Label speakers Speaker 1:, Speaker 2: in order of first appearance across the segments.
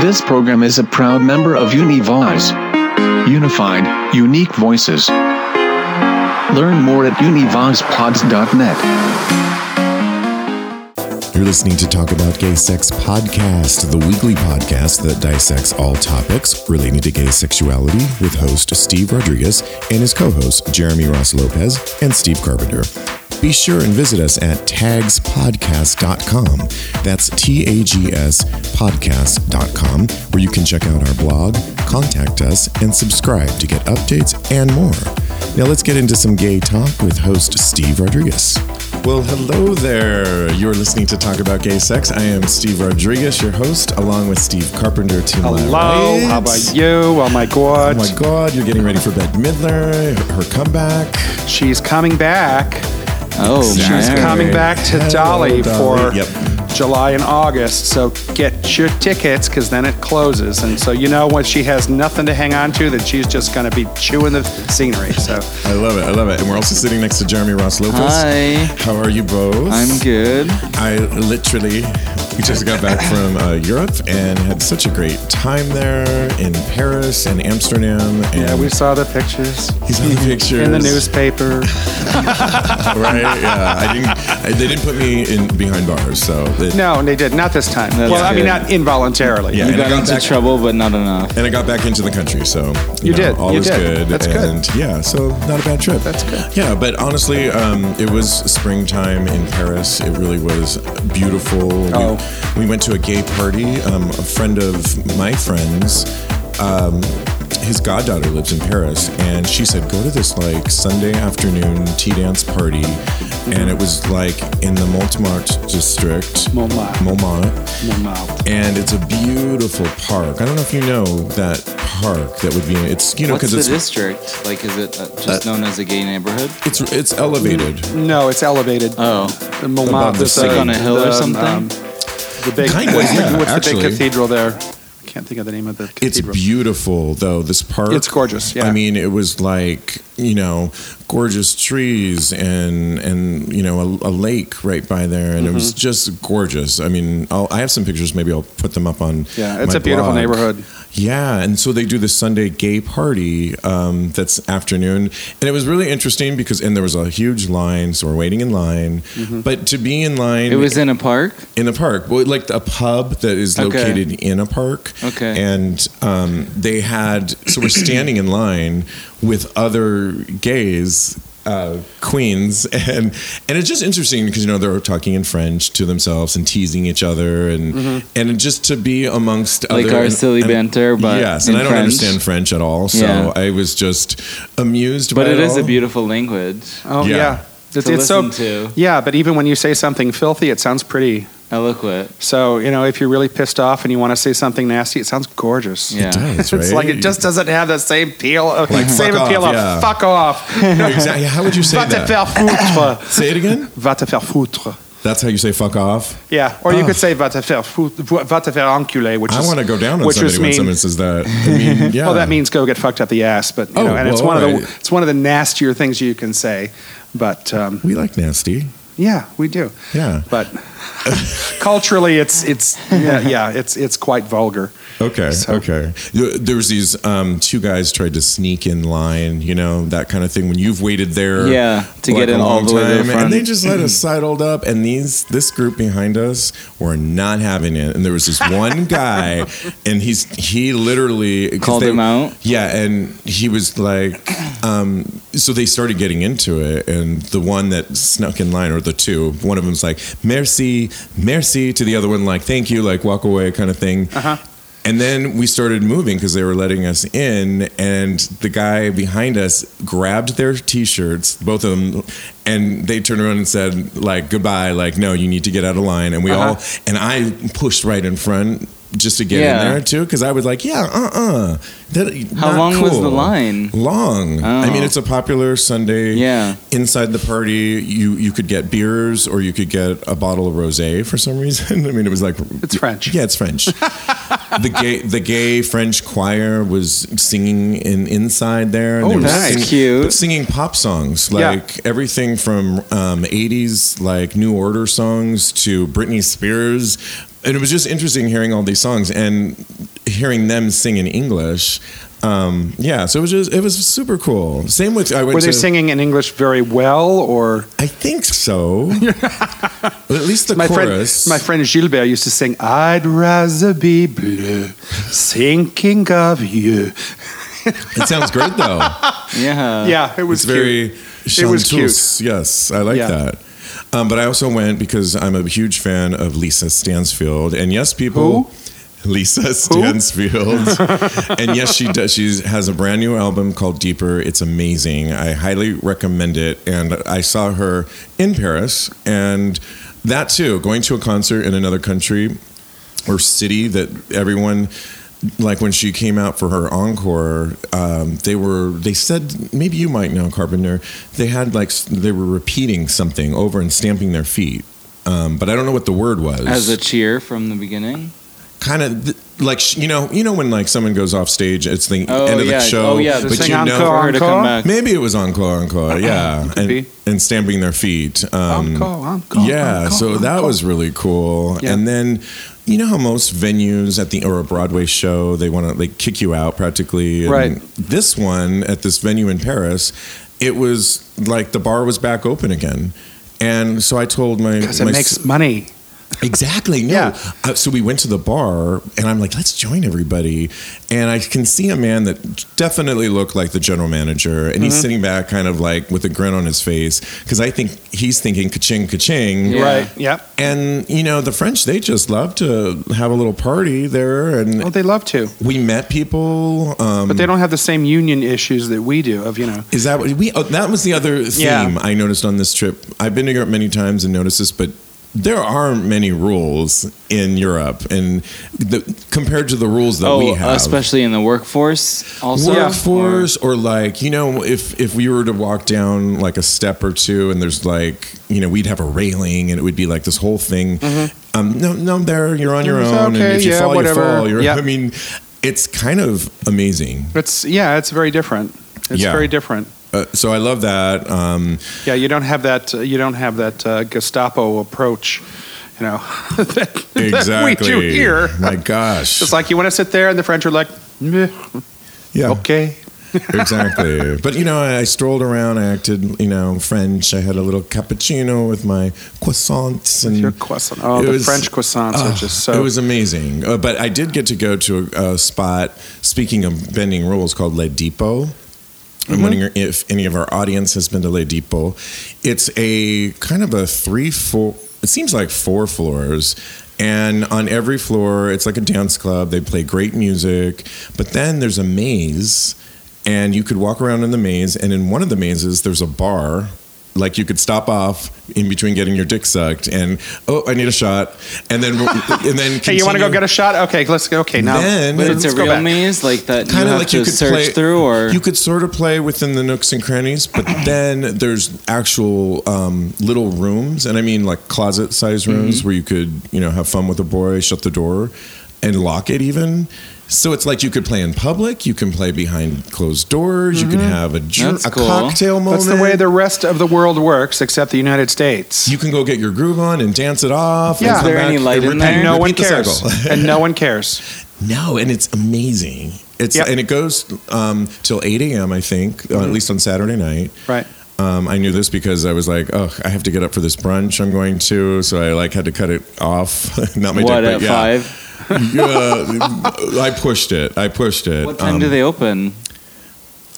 Speaker 1: This program is a proud member of Univoice. Unified, unique voices. Learn more at univoicepods.net.
Speaker 2: You're listening to Talk About Gay Sex Podcast, the weekly podcast that dissects all topics relating to gay sexuality with host Steve Rodriguez and his co hosts Jeremy Ross Lopez and Steve Carpenter. Be sure and visit us at tagspodcast.com. That's T A G S podcast.com, where you can check out our blog, contact us, and subscribe to get updates and more. Now let's get into some gay talk with host Steve Rodriguez. Well, hello there. You're listening to Talk About Gay Sex. I am Steve Rodriguez, your host, along with Steve Carpenter. To my
Speaker 3: Hello, how
Speaker 2: right.
Speaker 3: about you? Oh my
Speaker 2: Oh
Speaker 3: god.
Speaker 2: my God, you're getting ready for Bette Midler, her comeback.
Speaker 3: She's coming back.
Speaker 4: Oh,
Speaker 3: She's
Speaker 4: man.
Speaker 3: coming back to
Speaker 2: Hello,
Speaker 3: Dolly,
Speaker 2: Dolly.
Speaker 3: for
Speaker 2: Yep.
Speaker 3: July and August. So get your tickets because then it closes. And so you know when she has nothing to hang on to, that she's just going to be chewing the scenery. So
Speaker 2: I love it. I love it. And we're also sitting next to Jeremy Ross Lopez.
Speaker 4: Hi.
Speaker 2: How are you both?
Speaker 4: I'm good.
Speaker 2: I literally just got back from uh, Europe and had such a great time there in Paris and Amsterdam. And
Speaker 3: yeah, we saw the pictures
Speaker 2: he's on the pictures
Speaker 3: in the newspaper.
Speaker 2: right? Yeah, I didn't. I, they didn't put me in behind bars, so it,
Speaker 3: No, and they did not this time.
Speaker 4: That's
Speaker 3: well, I mean
Speaker 4: good.
Speaker 3: not involuntarily.
Speaker 2: Yeah.
Speaker 4: You
Speaker 2: And I
Speaker 4: got
Speaker 2: got
Speaker 4: into
Speaker 2: back-
Speaker 4: trouble, but not enough.
Speaker 2: And I got back into the country, so
Speaker 3: You did,
Speaker 2: All
Speaker 3: you
Speaker 2: was
Speaker 3: did.
Speaker 2: good.
Speaker 3: That's good.
Speaker 2: and yeah, so not a bad trip.
Speaker 3: That's good.
Speaker 2: Yeah, but honestly, um, it was springtime in Paris. It really was beautiful.
Speaker 3: Oh.
Speaker 2: We, we went to a gay party. Um, a friend of my friend's. Um, his goddaughter lives in Paris, and she said, "Go to this like Sunday afternoon tea dance party," and it was like in the Montmartre district.
Speaker 3: Mm-hmm. Montmartre.
Speaker 2: Montmartre
Speaker 3: No.
Speaker 2: and it's a beautiful park. I don't know if you know that park that would be. It's you know
Speaker 4: What's
Speaker 2: because
Speaker 4: the
Speaker 2: it's,
Speaker 4: district? Like, is it uh, just known as a gay neighborhood?
Speaker 2: it's it's elevated.
Speaker 3: No, it's elevated.
Speaker 4: Oh.
Speaker 2: Above
Speaker 3: Montmartre.
Speaker 2: the
Speaker 3: it's,
Speaker 2: city.
Speaker 3: uh,
Speaker 2: Like
Speaker 4: on a hill or
Speaker 3: the,
Speaker 4: something?
Speaker 3: um, the big
Speaker 2: Kind of,
Speaker 3: what's, the-
Speaker 2: yeah,
Speaker 3: what's the
Speaker 2: actually.
Speaker 3: big cathedral there? I can't think of the name of the
Speaker 2: It's
Speaker 3: cathedral.
Speaker 2: beautiful though. This park.
Speaker 3: It's gorgeous, yeah.
Speaker 2: I mean, it was like you know, gorgeous trees and and you know a, a lake right by there, and it
Speaker 3: Mm-hmm.
Speaker 2: was just gorgeous. I mean, I'll, I have some pictures. Maybe I'll put them up on.
Speaker 3: Yeah, it's
Speaker 2: my
Speaker 3: a beautiful
Speaker 2: blog.
Speaker 3: neighborhood.
Speaker 2: Yeah, and so they do this Sunday gay party um, that's afternoon, and it was really interesting because and there was a huge line, so we're waiting in line. But to be in line,
Speaker 4: Mm-hmm. It was in a park?
Speaker 2: in the park, well, like a pub that is
Speaker 4: Okay.
Speaker 2: located in a park.
Speaker 4: Okay.
Speaker 2: and um, they had so we're standing in line with other gays. Uh, queens and and it's just interesting because you know they're talking in French to themselves and teasing each other and and just to be amongst
Speaker 4: Mm-hmm. Like
Speaker 2: other,
Speaker 4: our
Speaker 2: and-
Speaker 4: silly
Speaker 2: and-
Speaker 4: banter, but
Speaker 2: yes
Speaker 4: in
Speaker 2: and I don't
Speaker 4: French.
Speaker 2: understand French at all so
Speaker 4: Yeah.
Speaker 2: I was just amused
Speaker 4: But
Speaker 2: by
Speaker 4: it is
Speaker 2: all.
Speaker 4: a beautiful language.
Speaker 3: Oh
Speaker 2: Yeah.
Speaker 3: yeah.
Speaker 4: To
Speaker 3: it's so
Speaker 4: listen to.
Speaker 3: yeah, but even when you say something filthy, it sounds pretty.
Speaker 4: Eloquent.
Speaker 3: So you know, if you're really pissed off and you want to say something nasty, it sounds gorgeous.
Speaker 4: Yeah.
Speaker 2: Does,
Speaker 3: It's
Speaker 2: right?
Speaker 3: like it just doesn't have that same peel, of,
Speaker 2: Like,
Speaker 3: same
Speaker 2: fuck off,
Speaker 3: appeal of
Speaker 2: yeah.
Speaker 3: fuck off.
Speaker 2: exactly how would you say
Speaker 3: Va te
Speaker 2: that
Speaker 3: faire foutre.
Speaker 2: say it again
Speaker 3: Va te faire foutre.
Speaker 2: that's how you say fuck off
Speaker 3: Yeah, or you
Speaker 2: Oh.
Speaker 3: could say va te faire foutre, va te faire enculer, which
Speaker 2: I
Speaker 3: is
Speaker 2: want to go down on
Speaker 3: which
Speaker 2: somebody
Speaker 3: just
Speaker 2: when
Speaker 3: mean-
Speaker 2: someone says that. I mean, yeah.
Speaker 3: Well, that means go get fucked up the ass, but you
Speaker 2: Oh,
Speaker 3: know, and it's
Speaker 2: well,
Speaker 3: one of
Speaker 2: alright.
Speaker 3: the it's one of the nastier things you can say. But um,
Speaker 2: we like nasty.
Speaker 3: yeah, we do.
Speaker 2: Yeah.
Speaker 3: But culturally, it's it's yeah, yeah, it's it's quite vulgar.
Speaker 2: Okay.
Speaker 3: So-
Speaker 2: Okay. You- There was these um, two guys tried to sneak in line, you know, that kind of thing. When you've waited there,
Speaker 4: Yeah, to get in all the way to the front. Mm-hmm.
Speaker 2: and they just let us sidled up. And these this group behind us were not having it. And there was this one guy, and he's he literally 'cause
Speaker 4: Called
Speaker 2: they-
Speaker 4: him out?
Speaker 2: Yeah, and he was like, um, so they started getting into it, and the one that snuck in line, or the two, one of them's like, "Merci, merci," to the other one, like, "Thank you," like, walk away, kind of thing. Uh-huh. And then we started moving because they were letting us in, and the guy behind us grabbed their T-shirts, both of them, and they turned around and said, "Like goodbye, like no, you need to get out of line." And we all, and I pushed right in front just to get
Speaker 4: Uh-huh. Yeah.
Speaker 2: in there too, because I was like, "Yeah, uh, uh
Speaker 4: How long was the line?
Speaker 2: Long. I
Speaker 4: Oh.
Speaker 2: mean, it's a popular Sunday.
Speaker 4: Yeah.
Speaker 2: Inside the party, you you could get beers or you could get a bottle of rosé for some reason. I mean, it was like
Speaker 3: It's French.
Speaker 2: Yeah, it's French. the gay the gay French choir was singing in inside there. and
Speaker 3: Oh,
Speaker 2: they were
Speaker 3: nice.
Speaker 2: singing-
Speaker 4: Cute.
Speaker 2: but singing pop songs
Speaker 3: Yeah.
Speaker 2: like everything from um, 80s like New Order songs to Britney Spears. and it was just interesting hearing all these songs and hearing them sing in English. Um, yeah, so it was just it was super cool. Same with I went
Speaker 3: Were they
Speaker 2: to,
Speaker 3: singing in English very well, or
Speaker 2: I think so. Well, at least the
Speaker 3: my
Speaker 2: chorus.
Speaker 3: friend my friend Gilbert used to sing "I'd rather be blue, thinking of you."
Speaker 2: it sounds great though.
Speaker 4: Yeah.
Speaker 3: yeah, it
Speaker 2: Uh,
Speaker 3: was
Speaker 2: it's very
Speaker 3: It was cute.
Speaker 2: chanteuse. Yes, I like
Speaker 3: Yeah.
Speaker 2: that. Um, but I also went because I'm a huge fan of Lisa Stansfield, and yes, people. Lisa Stansfield, and yes, she does. She has a brand new album called Deeper. It's amazing. I highly recommend it. And I saw her in Paris, and that too, going to a concert in another country or city that everyone like when she came out for her encore um, they were they said maybe you might know carpenter they had like s- they were repeating something over and stamping their feet um, but i don't know what the word was
Speaker 4: As a cheer from the beginning.
Speaker 2: kind of th- like sh- you know you know when like someone goes off stage it's the
Speaker 4: Oh,
Speaker 2: end of
Speaker 4: yeah.
Speaker 2: the show
Speaker 4: Oh, yeah.
Speaker 3: They're
Speaker 2: but
Speaker 3: saying
Speaker 2: you
Speaker 4: For
Speaker 2: know
Speaker 3: encore.
Speaker 4: her to come back.
Speaker 2: maybe it was encore
Speaker 4: Uh-uh.
Speaker 2: encore yeah
Speaker 3: Could
Speaker 2: and,
Speaker 3: be.
Speaker 2: and stamping their feet um,
Speaker 3: Encore, encore,
Speaker 2: yeah
Speaker 3: encore,
Speaker 2: so that
Speaker 3: encore.
Speaker 2: was really cool
Speaker 3: Yeah.
Speaker 2: and then you know how most venues at the or a broadway show they want to like kick you out practically and
Speaker 3: Right.
Speaker 2: this one at this venue in paris it was like the bar was back open again and so I told my
Speaker 3: because it
Speaker 2: my
Speaker 3: makes money.
Speaker 2: Exactly. No.
Speaker 3: Yeah.
Speaker 2: Uh, so we went to the bar, and I'm like, let's join everybody. And I can see a man that definitely looked like the general manager, and
Speaker 3: Mm-hmm.
Speaker 2: he's sitting back, kind of like with a grin on his face, because I think he's thinking ka-ching, ka-ching.
Speaker 4: Yeah.
Speaker 3: Right. Yep.
Speaker 2: And you know, the French, they just love to have a little party there, and
Speaker 3: Well, they love to,
Speaker 2: we met people. Um,
Speaker 3: but they don't have the same union issues that we do. Of you know,
Speaker 2: Is that what we? Oh, that was the other theme
Speaker 3: Yeah.
Speaker 2: I noticed on this trip. I've been to Europe many times and noticed this, but there are many rules in Europe, and the, compared to the rules that
Speaker 4: oh,
Speaker 2: we have,
Speaker 4: especially in the workforce. Also.
Speaker 2: workforce or like you know, if if we were to walk down like a step or two, and there's like you know, we'd have a railing, and it would be like this whole thing. Um, no, no, there you're on your
Speaker 3: Mm-hmm. It's
Speaker 2: own,
Speaker 3: okay,
Speaker 2: and if you
Speaker 3: yeah,
Speaker 2: fall,
Speaker 3: whatever.
Speaker 2: you fall. You're,
Speaker 3: Yeah.
Speaker 2: I mean, it's kind of amazing.
Speaker 3: it's yeah, it's very different. It's
Speaker 2: Yeah.
Speaker 3: very different.
Speaker 2: Uh, so I love that. Um,
Speaker 3: Yeah, you don't have that. Uh, you don't have that uh, Gestapo approach. You know, that, that we
Speaker 2: Exactly.
Speaker 3: do here.
Speaker 2: My gosh.
Speaker 3: It's like you want to sit there, and the French are like, "Meh,
Speaker 2: yeah.
Speaker 3: okay.
Speaker 2: exactly. But you know, I, I strolled around. I acted, you know, French. I had a little cappuccino with my croissants and
Speaker 3: Your croissant. Oh,
Speaker 2: It
Speaker 3: the
Speaker 2: was-
Speaker 3: French croissants
Speaker 2: Oh,
Speaker 3: are just so.
Speaker 2: It was amazing. Uh, but I did get to go to a, a spot. Speaking of bending rules, called Le Depot.
Speaker 3: Mm-hmm.
Speaker 2: I'm wondering if any of our audience has been to Le Depot. It's a kind of a three, four. It seems like four floors. And on every floor, it's like a dance club. They play great music, but then there's a maze, and you could walk around in the maze. And in one of the mazes, there's a bar like you could stop off in between getting your dick sucked and oh I need a shot and then and then
Speaker 3: hey, you want to go
Speaker 2: continue.
Speaker 3: get a shot? Okay, let's go. Okay, now
Speaker 2: Then-
Speaker 3: let's,
Speaker 2: But
Speaker 4: It's a
Speaker 3: go
Speaker 4: real
Speaker 3: back.
Speaker 4: maze, like that.
Speaker 2: Kinda
Speaker 4: you have to search through, or
Speaker 2: you could sort of play within the nooks and crannies, but then there's actual um, little rooms, and I mean like closet size
Speaker 4: Mm-hmm.
Speaker 2: rooms where you could you know have fun with a boy, shut the door, and lock it even. So it's like you could play in public, you can play behind closed doors, you can have a, dr-
Speaker 4: Mm-hmm. That's
Speaker 2: a
Speaker 4: cool.
Speaker 2: cocktail moment.
Speaker 3: That's the way the rest of the world works, except the United States.
Speaker 2: you can go get your groove on and dance it off. and
Speaker 3: Yeah. Is
Speaker 2: come
Speaker 4: there any
Speaker 2: back
Speaker 4: light
Speaker 2: and
Speaker 4: in
Speaker 2: repeat-
Speaker 4: there?
Speaker 3: and no
Speaker 2: repeat
Speaker 3: one
Speaker 2: the
Speaker 3: cares.
Speaker 2: cycle.
Speaker 3: and no one cares.
Speaker 2: No, and it's amazing. It's
Speaker 3: Yep. Mm-hmm.
Speaker 2: and it goes um, till eight a.m. I think, uh, at least on Saturday night.
Speaker 3: Right.
Speaker 2: Um, I knew this because I was like, oh, I have to get up for this brunch I'm going to, so I like had to cut it off. Not my
Speaker 4: what
Speaker 2: dick,
Speaker 4: at
Speaker 2: but yeah.
Speaker 4: five?
Speaker 2: Yeah, I pushed it. I pushed it.
Speaker 4: What time
Speaker 2: Um,
Speaker 4: do they open?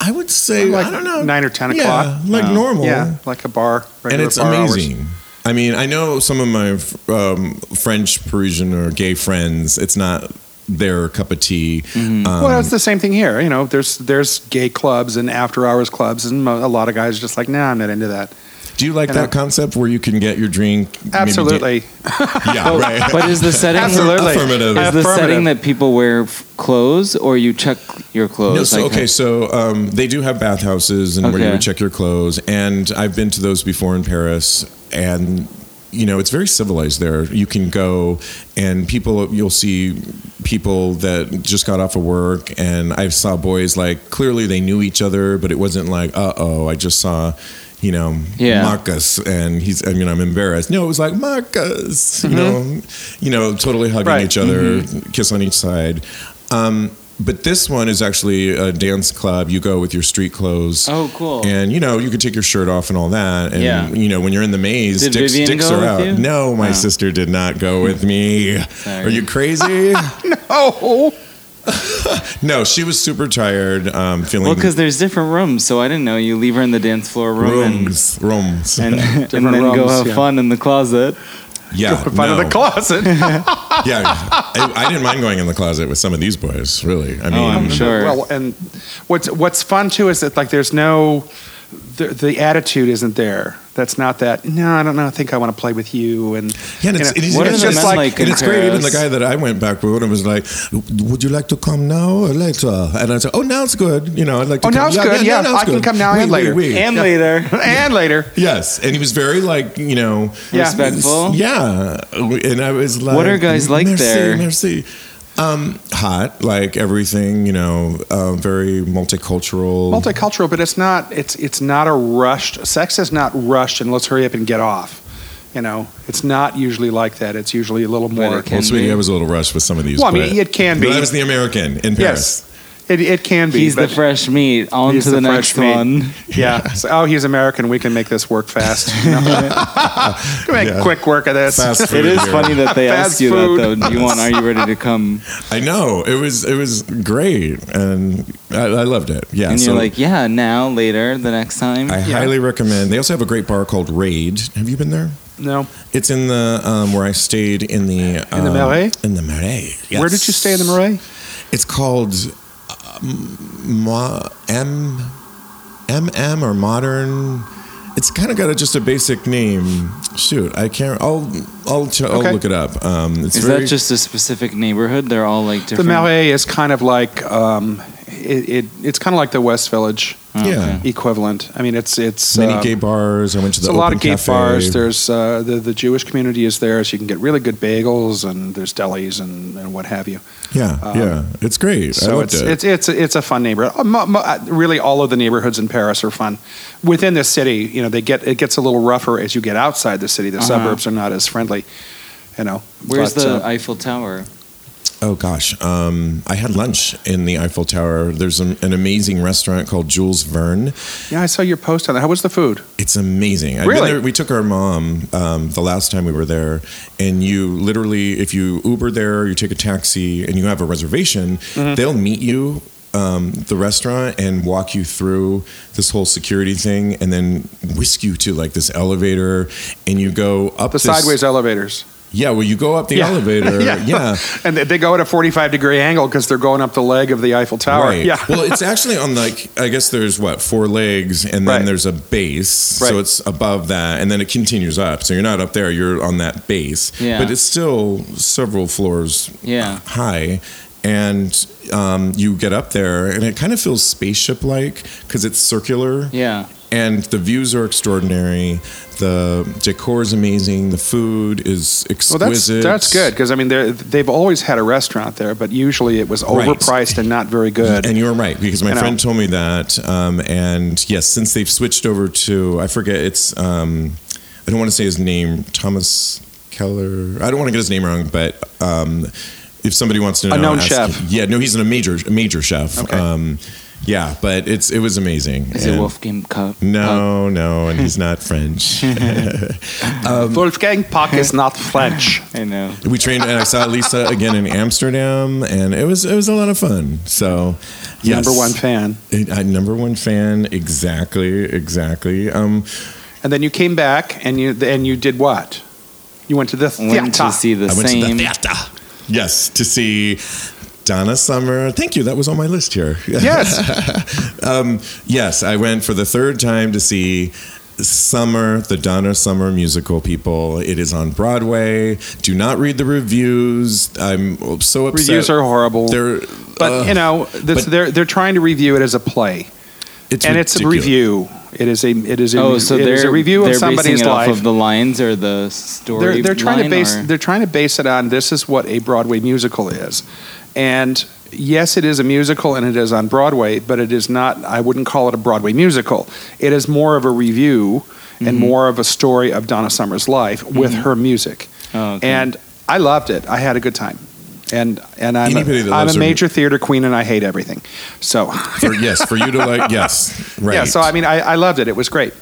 Speaker 2: I would say
Speaker 3: Like
Speaker 2: I don't know,
Speaker 3: nine or 10
Speaker 2: Yeah,
Speaker 3: o'clock.
Speaker 2: like
Speaker 4: Oh.
Speaker 2: normal.
Speaker 3: Yeah, like a bar.
Speaker 2: and
Speaker 3: regular
Speaker 2: it's
Speaker 3: bar hours.
Speaker 2: amazing. I mean, I know some of my f- um, French, Parisian, or gay friends. It's not their cup of tea. Um,
Speaker 3: Mm-hmm. well, it's the same thing here. You know, there's there's gay clubs and after hours clubs, and mo- a lot of guys are just like, nah, I'm not into that.
Speaker 2: Do you like
Speaker 3: And
Speaker 2: that
Speaker 3: I-
Speaker 2: concept where you can get your drink? maybe da-
Speaker 3: Absolutely.
Speaker 2: yeah, right.
Speaker 4: But is the setting
Speaker 3: Absolutely.
Speaker 2: Affirmative.
Speaker 4: Is the
Speaker 3: Affirmative.
Speaker 4: setting that people wear f- clothes, or you check your clothes?
Speaker 2: No, so,
Speaker 4: Like,
Speaker 2: okay, so um, they do have bathhouses and where you
Speaker 4: Okay.
Speaker 2: would check your clothes, and I've been to those before in Paris, and you know it's very civilized there. You can go, and people you'll see people that just got off of work, and I saw boys like clearly they knew each other, but it wasn't like uh oh, I just saw you know,
Speaker 4: Yeah.
Speaker 2: Marcus, and he's, I mean, I'm embarrassed. No, it was like Marcus,
Speaker 4: Mm-hmm.
Speaker 2: you know, you know, totally hugging
Speaker 3: Right.
Speaker 2: each other, kiss on each side. Um, but this one is actually a dance club. You go with your street clothes.
Speaker 4: Oh, cool.
Speaker 2: And you know, you could take your shirt off and all that. And
Speaker 4: Yeah.
Speaker 2: you know, when you're in the maze,
Speaker 4: Did
Speaker 2: dicks,
Speaker 4: Vivian
Speaker 2: dicks
Speaker 4: go
Speaker 2: are
Speaker 4: with
Speaker 2: out.
Speaker 4: you?
Speaker 2: No, my
Speaker 4: Oh.
Speaker 2: sister did not go with me.
Speaker 4: Sorry.
Speaker 2: Are you crazy?
Speaker 3: Oh,
Speaker 2: no, she was super tired, um, feeling
Speaker 4: Well, because there's different rooms, so I didn't know. You leave her in the dance floor room
Speaker 2: rooms, rooms.
Speaker 4: and, and, and then
Speaker 3: Different
Speaker 4: go
Speaker 3: rooms,
Speaker 4: have
Speaker 3: yeah.
Speaker 4: fun in the closet.
Speaker 2: yeah,
Speaker 3: in front
Speaker 2: no.
Speaker 3: of the closet.
Speaker 2: yeah, I, I didn't mind going in the closet with some of these boys. Really, I mean,
Speaker 4: Oh, I'm sure.
Speaker 3: Well, and what's what's fun too is that like there's no the, the attitude isn't there. That's not that. No, I don't know. I think I want to play with you. And
Speaker 2: Yeah, and it's,
Speaker 3: you know,
Speaker 2: it is,
Speaker 4: What
Speaker 2: it's
Speaker 4: are the
Speaker 2: just
Speaker 4: men
Speaker 2: like,
Speaker 4: like
Speaker 2: and
Speaker 4: in
Speaker 2: it's great. Even the
Speaker 4: Paris?
Speaker 2: guy that I went back with him was like, "Would you like to come now or later?" And I said, "Oh, now it's good. You know, I'd like to
Speaker 3: Oh,
Speaker 2: come.
Speaker 3: now it's good. Yeah,
Speaker 2: now it's
Speaker 3: I can come now
Speaker 2: Wait,
Speaker 3: and
Speaker 2: wait,
Speaker 3: later."
Speaker 2: wait.
Speaker 4: and later.
Speaker 3: and later.
Speaker 2: Yes, and he was very like you know,
Speaker 3: Yeah.
Speaker 4: Respectful.
Speaker 2: yeah. And I was like,
Speaker 4: are guys like
Speaker 2: merci,
Speaker 4: there?"
Speaker 2: Merci. Um, hot, like everything, you know, uh, very multicultural.
Speaker 3: multicultural, but it's not. It's it's not a rushed. Sex is not rushed, and let's hurry up and get off. You know, it's not usually like that. It's usually a little more.
Speaker 4: it can
Speaker 2: well, sweetie,
Speaker 4: be.
Speaker 2: I was a little rushed with some of these.
Speaker 3: Well, I mean,
Speaker 2: but-
Speaker 3: it can
Speaker 2: but
Speaker 3: be.
Speaker 2: I was the American in Paris.
Speaker 3: yes, it, it can be.
Speaker 4: He's the
Speaker 3: but-
Speaker 4: fresh meat. On
Speaker 3: He's
Speaker 4: to the,
Speaker 3: the fresh
Speaker 4: next
Speaker 3: meat.
Speaker 4: one.
Speaker 3: Yeah. So, oh, he's American. We can make this work fast. You know? Can make
Speaker 2: Yeah.
Speaker 3: quick work of this.
Speaker 2: Fast food
Speaker 4: It is
Speaker 2: here.
Speaker 4: funny that they
Speaker 3: Fast
Speaker 4: ask you
Speaker 3: food.
Speaker 4: that though. Do you want? Are you ready to come?
Speaker 2: I know it was it was great, and I, I loved it. Yeah,
Speaker 4: And
Speaker 2: so
Speaker 4: you're like, yeah, now, later, the next time.
Speaker 2: I
Speaker 3: Yeah.
Speaker 2: highly recommend. They also have a great bar called Raid. Have you been there?
Speaker 3: No.
Speaker 2: It's in the um, where I stayed in the
Speaker 3: In the
Speaker 2: um,
Speaker 3: Marais?
Speaker 2: In the Marais. Yes.
Speaker 3: Where did you stay in the Marais?
Speaker 2: It's called um, Mo- M MM or Modern. It's kind of got a, just a basic name. Shoot, I can't. I'll I'll, ch- I'll
Speaker 3: Okay.
Speaker 2: look it up. Um, it's
Speaker 4: Is
Speaker 2: very,
Speaker 4: that just a specific neighborhood? They're all like
Speaker 3: The
Speaker 4: different.
Speaker 3: Marais is kind of like um, it, it. It's kind of like the West Village
Speaker 4: Oh,
Speaker 2: yeah.
Speaker 3: equivalent. I mean, it's it's
Speaker 2: many
Speaker 3: um,
Speaker 2: gay bars. I went to the
Speaker 3: There's a lot
Speaker 2: open
Speaker 3: of gay
Speaker 2: cafe.
Speaker 3: bars. There's uh, the the Jewish community is there, so you can get really good bagels and there's delis and, and what have you.
Speaker 2: Yeah,
Speaker 3: Um,
Speaker 2: yeah, it's great. I
Speaker 3: So
Speaker 2: loved
Speaker 3: it's,
Speaker 2: it.
Speaker 3: it's it's it's a fun neighborhood. Uh, mo- mo- uh, Really, all of the neighborhoods in Paris are fun. Within the city, you know, they get it gets a little rougher as you get outside the city. The
Speaker 4: Uh-huh.
Speaker 3: suburbs are not as friendly. You know,
Speaker 4: Where's
Speaker 3: But,
Speaker 4: the
Speaker 3: uh,
Speaker 4: Eiffel Tower?
Speaker 2: oh gosh, um, I had lunch in the Eiffel Tower. There's an, an amazing restaurant called Jules Verne.
Speaker 3: yeah, I saw your post on that. How was the food?
Speaker 2: It's amazing. I've
Speaker 3: Really?
Speaker 2: Been there, we took our mom um, the last time we were there, and you literally, if you Uber there, you take a taxi, and you have a reservation, they'll meet you. Um, the restaurant and walk you through this whole security thing, and then whisk you to like this elevator, and you go up
Speaker 3: The
Speaker 2: this-
Speaker 3: sideways elevators.
Speaker 2: Yeah, well, you go up the
Speaker 3: Yeah.
Speaker 2: elevator.
Speaker 3: Yeah.
Speaker 2: yeah,
Speaker 3: And they- they go at a 45 degree angle because they're going up the leg of the Eiffel Tower.
Speaker 2: Right.
Speaker 3: Yeah.
Speaker 2: well, it's actually on like I guess there's what four legs, and then
Speaker 3: Right.
Speaker 2: there's a base,
Speaker 3: Right.
Speaker 2: so it's above that, and then it continues up. So you're not up there; you're on that base.
Speaker 4: Yeah.
Speaker 2: But it's still several floors
Speaker 4: Yeah.
Speaker 2: high. And um, you get up there, and it kind of feels spaceship like because it's circular
Speaker 4: Yeah.
Speaker 2: and the views are extraordinary. The decor is amazing. The food is
Speaker 3: Well, that's
Speaker 2: exquisite.
Speaker 3: that's good because I mean they're- they've always had a restaurant there, but usually it was
Speaker 2: Right.
Speaker 3: overpriced and not very good.
Speaker 2: And you're right because my
Speaker 3: You know.
Speaker 2: friend told me that. Um, and yes, since they've switched over to, I forget, it's um, I don't want to say his name, Thomas Keller. I don't want to get his name wrong, but um, if somebody wants to know,
Speaker 3: A known
Speaker 2: ask-
Speaker 3: chef.
Speaker 2: Yeah, no, he's a major a major chef.
Speaker 3: Okay.
Speaker 2: Um, yeah, but it's it was amazing.
Speaker 4: Is
Speaker 2: And-
Speaker 4: it Wolfgang Cup?
Speaker 2: No, no, and he's not French.
Speaker 3: Uh,
Speaker 2: Um,
Speaker 3: Wolfgang Puck is not French.
Speaker 4: I know.
Speaker 2: we trained, and I saw Lisa again in Amsterdam, and it was it was a lot of fun. So, yes.
Speaker 3: Number one fan.
Speaker 2: It, I, number one fan, exactly, exactly. Um,
Speaker 3: And then you came back and you and you did what? You went to the theater.
Speaker 4: Went to see the
Speaker 2: I went to
Speaker 4: same.
Speaker 2: the theater. Yes, to see Donna Summer. Thank you. That was on my list here.
Speaker 3: yes.
Speaker 2: um, yes, I went for the third time to see Summer, the Donna Summer musical. People, it is on Broadway. Do not read the reviews. I'm so upset.
Speaker 3: Reviews are horrible.
Speaker 2: They're, uh,
Speaker 3: but
Speaker 2: ugh,
Speaker 4: uh,
Speaker 3: you know, this,
Speaker 2: but-
Speaker 3: they're they're trying to review it as a play, and it's
Speaker 2: ridiculous.
Speaker 3: a review. It is a it is a,
Speaker 4: oh, so
Speaker 3: it
Speaker 4: they're
Speaker 3: is a review
Speaker 4: they're
Speaker 3: of somebody's
Speaker 4: basing it
Speaker 3: life.
Speaker 4: off of the lines or the
Speaker 3: they're,
Speaker 4: story.
Speaker 3: they're trying to
Speaker 4: line,
Speaker 3: base
Speaker 4: or-
Speaker 3: they're trying to base it on this is what a Broadway musical is, and yes, it is a musical and it is on Broadway, but it is not. I wouldn't call it a Broadway musical. It is more of a review and
Speaker 4: Mm-hmm.
Speaker 3: more of a story of Donna Summer's life with her music,
Speaker 4: Oh,
Speaker 2: Mm-hmm.
Speaker 4: okay.
Speaker 3: and I loved it. I had a good time. And and I'm
Speaker 2: Anybody
Speaker 3: a,
Speaker 2: that
Speaker 3: I'm
Speaker 2: loves
Speaker 3: a
Speaker 2: her-
Speaker 3: major theater queen and I hate everything. So
Speaker 2: For, yes, for you to like, yes, right.
Speaker 3: yeah, so I mean I, I loved it. It was great.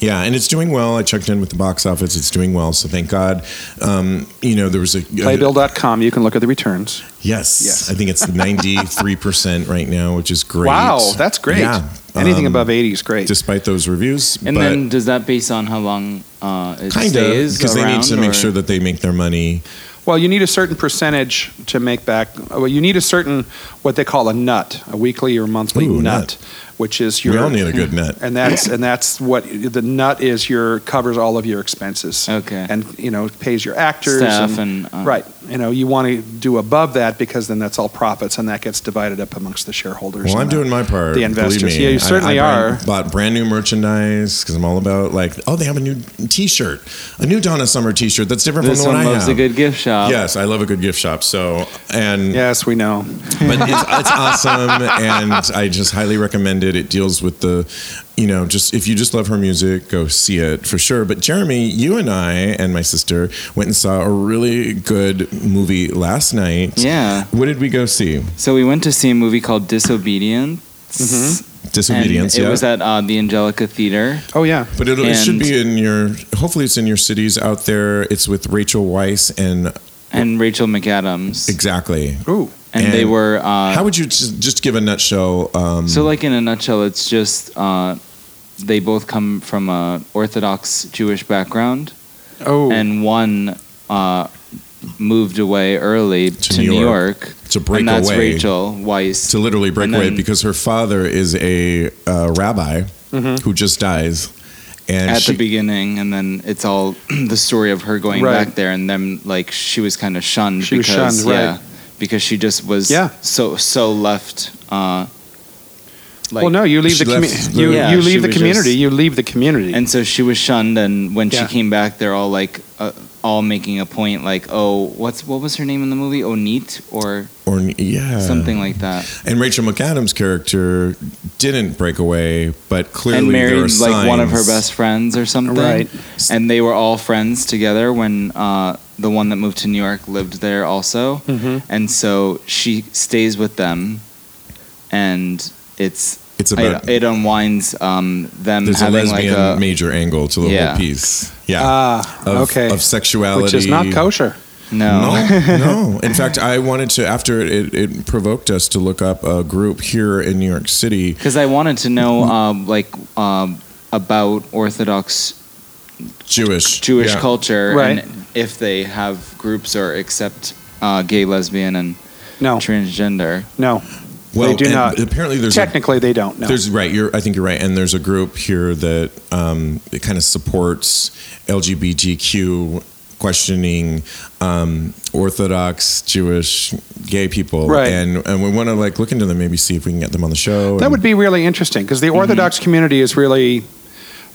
Speaker 2: Yeah, and it's doing well. I checked in with the box office; it's doing well. So thank God. Um, you know, there was a
Speaker 3: Playbill.com, you can look at the returns.
Speaker 2: yes,
Speaker 3: Yes.
Speaker 2: I think it's ninety three percent right now, which is great.
Speaker 3: Wow, that's great.
Speaker 2: Yeah,
Speaker 3: Anything
Speaker 2: um,
Speaker 3: above 80 is great.
Speaker 2: Despite those reviews,
Speaker 4: And
Speaker 2: but
Speaker 4: then does that based on how long uh, it
Speaker 2: kind of
Speaker 4: stays
Speaker 2: because they need to
Speaker 4: around,
Speaker 2: make
Speaker 4: or-
Speaker 2: sure that they make their money.
Speaker 3: Well, you need a certain percentage to make back. Well, you need a certain what they call a nut, a weekly or monthly
Speaker 2: Ooh,
Speaker 3: nut,
Speaker 2: nut.
Speaker 3: which is your
Speaker 2: We all need a good net.
Speaker 3: and that's and that's what the nut is. Your covers all of your expenses.
Speaker 4: Okay.
Speaker 3: and you know pays your actors
Speaker 4: Staff and, uh,
Speaker 3: right. You know you want to do above that because then that's all profits and that gets divided up amongst the shareholders.
Speaker 2: Well, I'm
Speaker 3: and the-
Speaker 2: doing my part.
Speaker 3: The
Speaker 2: believe
Speaker 3: investors.
Speaker 2: me.
Speaker 3: Yeah, you
Speaker 2: I-
Speaker 3: certainly
Speaker 2: I,
Speaker 3: are.
Speaker 2: brand- Bought brand new merchandise because I'm all about like, oh, they have a new T-shirt, a new Donna Summer T-shirt that's different
Speaker 4: This
Speaker 2: from the
Speaker 4: one
Speaker 2: one I
Speaker 4: loves
Speaker 2: have.
Speaker 4: a good gift shop.
Speaker 2: yes, I love a good gift shop. So and
Speaker 3: Yes, we know.
Speaker 2: but it's, it's awesome and i just highly recommend it it deals with the you know just if you just love her music go see it for sure but jeremy you and i and my sister went and saw a really good movie last night
Speaker 4: Yeah.
Speaker 2: what did we go see
Speaker 4: So we went to see a movie called Disobedience.
Speaker 2: Mm-hmm. disobedience
Speaker 4: And it
Speaker 2: yeah
Speaker 4: was at uh, the Angelica Theater.
Speaker 3: Oh yeah,
Speaker 2: but it'll, it should
Speaker 4: and-
Speaker 2: be in your hopefully it's in your cities out there it's with rachel weiss and
Speaker 4: and Rachel McAdams,
Speaker 2: exactly
Speaker 3: ooh,
Speaker 4: and, they
Speaker 2: and
Speaker 4: were. Uh,
Speaker 2: how would you just, just give a nutshell um,
Speaker 3: Mm.
Speaker 4: so, like in a nutshell, it's just uh, they both come from a Orthodox Jewish background,
Speaker 3: oh,
Speaker 4: and one uh, moved away early to,
Speaker 2: New
Speaker 4: New,
Speaker 2: York.
Speaker 4: York,
Speaker 2: to break
Speaker 4: and that's
Speaker 2: away
Speaker 4: Rachel Weiss.
Speaker 2: to literally break
Speaker 4: And
Speaker 2: away
Speaker 4: then-
Speaker 2: because her father is a uh, rabbi who just dies, and
Speaker 4: Mm-hmm. at
Speaker 2: she,
Speaker 4: the beginning, and then it's all the story of her going
Speaker 3: Right.
Speaker 4: back there, and then like she was kind of shunned
Speaker 3: She was
Speaker 4: because
Speaker 3: shunned,
Speaker 4: yeah,
Speaker 3: right.
Speaker 4: because she just was
Speaker 3: Yeah.
Speaker 4: so so left. Uh, like,
Speaker 3: well, no, you leave
Speaker 2: she
Speaker 3: the commu-
Speaker 2: left-
Speaker 3: you,
Speaker 4: Yeah,
Speaker 3: you
Speaker 4: she
Speaker 3: leave the
Speaker 4: was
Speaker 3: community.
Speaker 4: just-
Speaker 3: you leave the community.
Speaker 4: And so she was shunned, and when
Speaker 3: Yeah.
Speaker 4: she came back, they're all like, uh, all making a point, like, oh, what's what was her name in the movie? Oneet or
Speaker 2: or yeah,
Speaker 4: something like that,
Speaker 2: And Rachel McAdams' character didn't break away, but clearly
Speaker 4: and
Speaker 2: there are
Speaker 4: married like one of her
Speaker 2: signs.
Speaker 4: best friends or something.
Speaker 3: Right.
Speaker 4: And they were all friends together when uh, the one that moved to New York lived there also,
Speaker 3: Mhm.
Speaker 4: and so she stays with them, and it's.
Speaker 2: It's about
Speaker 4: It, it unwinds um, them
Speaker 2: there's a
Speaker 4: having like
Speaker 2: lesbian
Speaker 4: a
Speaker 2: major angle to the
Speaker 4: Yeah.
Speaker 2: whole piece. Yeah,
Speaker 3: ah,
Speaker 2: of,
Speaker 3: okay,
Speaker 2: of sexuality,
Speaker 3: which is not kosher.
Speaker 4: no.
Speaker 2: No, no. In fact, I wanted to after it, it provoked us to look up a group here in New York City
Speaker 4: Because I wanted to know,
Speaker 2: Mm-hmm.
Speaker 4: um, like, um, about Orthodox
Speaker 2: Jewish
Speaker 4: Jewish
Speaker 2: Yeah.
Speaker 4: culture
Speaker 3: Right.
Speaker 4: and if they have groups or accept uh, gay, lesbian, and
Speaker 3: No,
Speaker 4: transgender.
Speaker 3: no.
Speaker 2: Well,
Speaker 3: They do
Speaker 2: and
Speaker 3: not.
Speaker 2: Apparently, there's a
Speaker 3: Technically, they don't. No.
Speaker 2: There's right. You're. I think you're right. And there's a group here that um, it kind of supports LGBTQ questioning um, Orthodox Jewish gay people.
Speaker 3: Right.
Speaker 2: And and we want to like look into them, maybe see if we can get them on the show.
Speaker 3: that
Speaker 2: and-
Speaker 3: would be really interesting because the
Speaker 4: Mm-hmm.
Speaker 3: Orthodox community is really.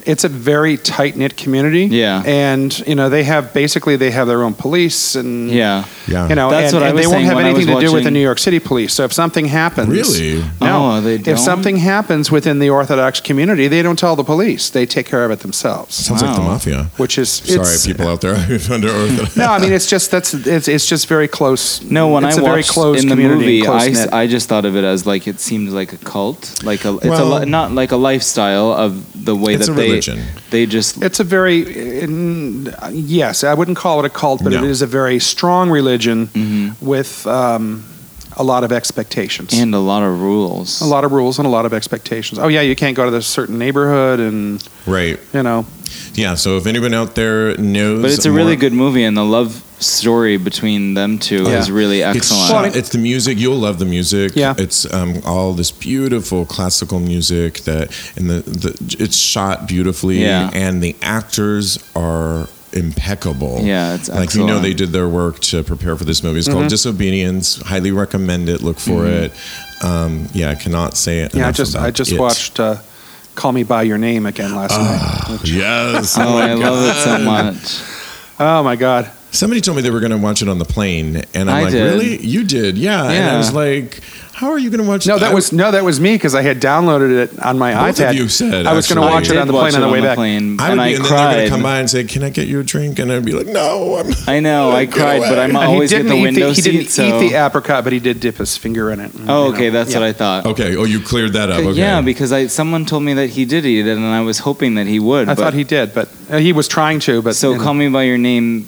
Speaker 3: It's a very tight knit community.
Speaker 4: Yeah.
Speaker 3: and you know they have basically they have their own police and
Speaker 4: Yeah.
Speaker 2: Yeah.
Speaker 3: you know
Speaker 4: That's
Speaker 3: and,
Speaker 4: what I
Speaker 3: and
Speaker 4: was
Speaker 3: they won't
Speaker 4: saying
Speaker 3: have
Speaker 4: when I
Speaker 3: anything to
Speaker 4: was
Speaker 3: do with the
Speaker 4: watching-
Speaker 3: New York City police. So if something happens,
Speaker 2: Really?
Speaker 3: no,
Speaker 4: Oh, they don't?
Speaker 3: if something happens within the Orthodox community, they don't tell the police. They take care of it themselves,
Speaker 2: Sounds like the
Speaker 4: Wow.
Speaker 2: mafia.
Speaker 3: which is
Speaker 2: Sorry,
Speaker 3: it's-
Speaker 2: people out there under Orthodox.
Speaker 3: No, I mean it's just that's it's, it's just very close.
Speaker 4: No, when
Speaker 3: it's
Speaker 4: I
Speaker 3: a very
Speaker 4: watched
Speaker 3: close
Speaker 4: in the
Speaker 3: community,
Speaker 4: movie, I, s-
Speaker 3: close-knit.
Speaker 4: I just thought of it as like it seemed like a cult, like a it's a
Speaker 2: Well-
Speaker 4: li- not like a lifestyle of the way
Speaker 2: It's
Speaker 4: that
Speaker 2: a
Speaker 4: they
Speaker 2: religion.
Speaker 4: they just
Speaker 3: It's a very, uh, yes, I wouldn't call it a cult, but
Speaker 2: No.
Speaker 3: it is a very strong religion with um, a lot of expectations.
Speaker 4: Mm-hmm. and a lot of rules.
Speaker 3: a lot of rules and a lot of expectations. Oh, yeah, you can't go to this certain neighborhood and,
Speaker 2: Right.
Speaker 3: you know,
Speaker 2: Yeah. So if anyone out there knows,
Speaker 4: but it's a
Speaker 2: more-
Speaker 4: really good movie, and the love story between them two
Speaker 3: Yeah.
Speaker 4: is really
Speaker 2: It's,
Speaker 4: excellent.
Speaker 2: shot- it's the music. You'll love the music.
Speaker 3: Yeah.
Speaker 2: It's um, all this beautiful classical music that, and the, the it's shot beautifully.
Speaker 4: Yeah.
Speaker 2: And the actors are impeccable.
Speaker 4: Yeah, it's
Speaker 2: like you know
Speaker 4: excellent. Mm-hmm.
Speaker 2: they did their work to prepare for this movie. It's called Disobedience. Highly
Speaker 4: Mm-hmm.
Speaker 2: recommend it. Look for it. Um, yeah, I cannot say it.
Speaker 3: yeah, I
Speaker 2: enough
Speaker 3: just, I
Speaker 2: about
Speaker 3: just
Speaker 2: it. Ah.
Speaker 3: watched uh, Call Me by Your Name again last night.
Speaker 2: yes.
Speaker 4: Oh, I love it so
Speaker 2: God.
Speaker 4: much.
Speaker 3: Oh my God!
Speaker 2: Somebody told me they were going to watch it on the plane, and I'm
Speaker 4: I
Speaker 2: like,
Speaker 4: did.
Speaker 2: really? You did? Yeah. And I
Speaker 4: Yeah.
Speaker 2: was like, how are you going to watch?
Speaker 3: No, that
Speaker 2: I-
Speaker 3: was no, that was me because I had downloaded it on my
Speaker 2: Both of
Speaker 3: iPad.
Speaker 2: you said,
Speaker 3: I was going to
Speaker 2: actually.
Speaker 3: watch it
Speaker 4: Did
Speaker 3: on the
Speaker 4: watch
Speaker 3: plane on
Speaker 4: it
Speaker 3: the way back.
Speaker 4: plane,
Speaker 2: I would
Speaker 4: and
Speaker 2: be, and
Speaker 4: I
Speaker 2: then they're going
Speaker 4: cried.
Speaker 2: to come by and say, "Can I get you a drink?" And I'd be like, "No, I'm."
Speaker 4: I know. I
Speaker 2: Get
Speaker 4: cried, but
Speaker 2: away.
Speaker 4: I'm
Speaker 2: He
Speaker 4: always
Speaker 3: he
Speaker 4: at
Speaker 3: didn't,
Speaker 4: the
Speaker 3: eat,
Speaker 4: window
Speaker 3: the, he
Speaker 4: seat.
Speaker 3: didn't
Speaker 4: so.
Speaker 3: eat the apricot, but he did dip his finger in it.
Speaker 4: oh, okay. That's what I thought.
Speaker 2: Okay. Oh, you cleared that up.
Speaker 4: Okay,
Speaker 2: Okay.
Speaker 4: Yeah, because I someone told me that he did eat it, and I was hoping that he would.
Speaker 3: I
Speaker 4: but-
Speaker 3: thought he did, but uh, he was trying to. But
Speaker 4: so
Speaker 3: and-
Speaker 4: call me by your name.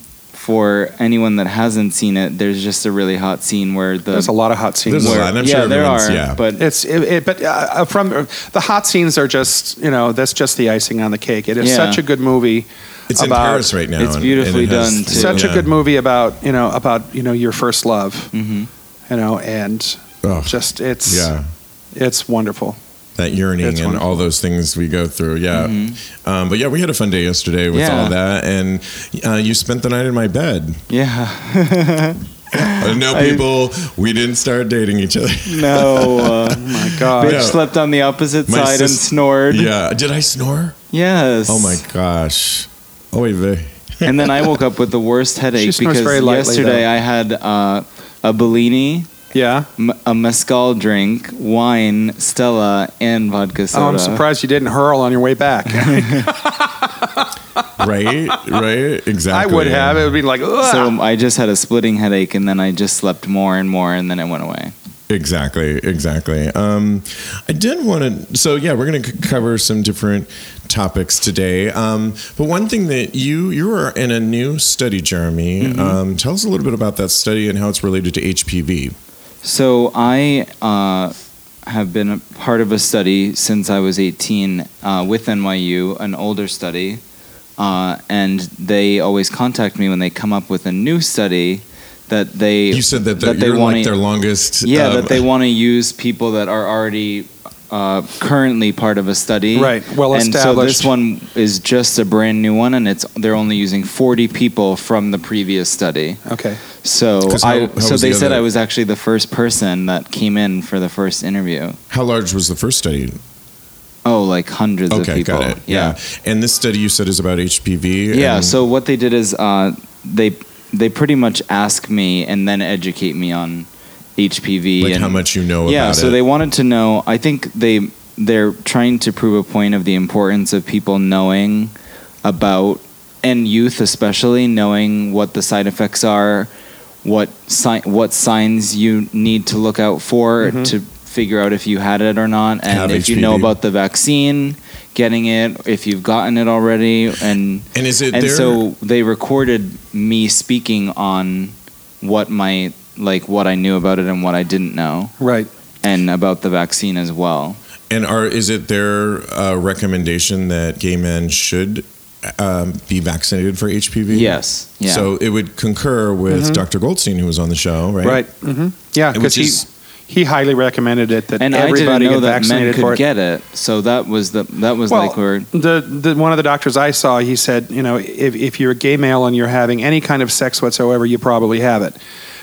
Speaker 4: For anyone that hasn't seen it, there's just a really hot scene where the
Speaker 3: there's a lot of hot scenes.
Speaker 2: There's a
Speaker 4: where-
Speaker 2: lot, and I'm
Speaker 4: yeah
Speaker 2: sure
Speaker 4: there
Speaker 2: everyone's-
Speaker 4: are
Speaker 2: yeah.
Speaker 4: but
Speaker 3: It's it, it, but uh, from uh, the hot scenes are just you know that's just the icing on the cake. It is
Speaker 4: Yeah.
Speaker 3: such a good movie.
Speaker 2: It's in
Speaker 3: about-
Speaker 2: Paris right now.
Speaker 4: It's beautifully done, too.
Speaker 3: Such
Speaker 2: Yeah.
Speaker 3: a good movie about you know about you know your first love.
Speaker 4: mm-hmm.
Speaker 3: You know, and
Speaker 2: Oh,
Speaker 3: just it's
Speaker 2: yeah.
Speaker 3: it's wonderful.
Speaker 2: That yearning
Speaker 3: It's
Speaker 2: and
Speaker 3: wonderful.
Speaker 2: all those things we go through. Yeah. Um, but yeah, we had a fun day yesterday with
Speaker 4: Mm-hmm. Yeah.
Speaker 2: all that, and uh, you spent the night in my bed.
Speaker 4: yeah
Speaker 2: Uh, no,
Speaker 4: I-
Speaker 2: people, we didn't start dating each other.
Speaker 4: no uh,
Speaker 3: Oh My God,
Speaker 4: bitch
Speaker 2: Yeah.
Speaker 4: slept on the opposite
Speaker 2: My
Speaker 4: side and
Speaker 2: sis-
Speaker 4: snored
Speaker 2: yeah. Did I snore?
Speaker 4: yes
Speaker 2: Oh my gosh. Oh wait, they-
Speaker 4: and then I woke up with the worst headache
Speaker 3: She snores
Speaker 4: because
Speaker 3: very lightly,
Speaker 4: yesterday
Speaker 3: though.
Speaker 4: I had uh, a Bellini,
Speaker 3: yeah.
Speaker 4: m- a mezcal drink, wine, Stella, and vodka soda.
Speaker 3: Oh, I'm surprised you didn't hurl on your way back.
Speaker 2: right, right,
Speaker 3: I
Speaker 2: exactly.
Speaker 3: would have. It would be like, Ugh.
Speaker 4: So I just had a splitting headache, and then I just slept more and more, and then it went away.
Speaker 2: Exactly, exactly. Um, I did want to. So yeah, we're going to c- cover some different topics today. Um, but one thing that you you are in a new study, Jeremy.
Speaker 4: Mm-hmm.
Speaker 2: Um, tell us a little bit about that study and how it's related to HPV.
Speaker 4: So I uh, have been a part of a study since I was 18 uh, with NYU, an older study, uh, and they always contact me when they come up with a new study that they
Speaker 2: You said that,
Speaker 4: that they
Speaker 2: you're
Speaker 4: wanna-
Speaker 2: like their longest.
Speaker 4: yeah
Speaker 2: um,
Speaker 4: that they want to use people that are already uh, currently part of a study
Speaker 3: Right, well
Speaker 4: and so
Speaker 3: established.
Speaker 4: this one is just a brand new one and it's they're only using 40 people from the previous study
Speaker 3: okay.
Speaker 4: so
Speaker 2: 'Cause how-
Speaker 4: I,
Speaker 2: how
Speaker 4: so
Speaker 2: was
Speaker 4: they
Speaker 2: the
Speaker 4: said
Speaker 2: other-
Speaker 4: I was actually the first person that came in for the first interview
Speaker 2: How large was the first study?
Speaker 4: oh like hundreds of
Speaker 2: Okay,
Speaker 4: people
Speaker 2: got it. Yeah. and this study you said is about HPV.
Speaker 4: Yeah.
Speaker 2: and-
Speaker 4: so what they did is uh, they they pretty much ask me and then educate me on HPV
Speaker 2: like
Speaker 4: and
Speaker 2: how much you know
Speaker 4: yeah.
Speaker 2: about
Speaker 4: so
Speaker 2: it.
Speaker 4: they wanted to know. I think they they're trying to prove a point of the importance of people knowing about and youth especially knowing what the side effects are, what si- what signs you need to look out for to figure out if you had it or not, and
Speaker 2: Mm-hmm. Have
Speaker 4: if you know
Speaker 2: HPV.
Speaker 4: about the vaccine, getting it, if you've gotten it already, and
Speaker 2: and is it
Speaker 4: and
Speaker 2: their-
Speaker 4: so they recorded me speaking on what my like what I knew about it and what I didn't know
Speaker 3: Right.
Speaker 4: and about the vaccine as well.
Speaker 2: And are is it their uh, recommendation that gay men should um, be vaccinated for HPV?
Speaker 4: Yes. Yeah. Mm-hmm.
Speaker 2: So it would concur with Dr. Goldstein, who was on the show, right?
Speaker 3: Right. hmm Yeah,
Speaker 2: Which
Speaker 3: because he
Speaker 2: is-
Speaker 3: he highly recommended it that
Speaker 4: and I didn't
Speaker 3: everybody
Speaker 4: know
Speaker 3: get
Speaker 4: that men
Speaker 3: vaccinated for
Speaker 4: could
Speaker 3: it.
Speaker 4: get it. So that was the that was like where
Speaker 3: the, the one of the doctors I saw, he said, you know, if, if you're a gay male and you're having any kind of sex whatsoever, you probably have it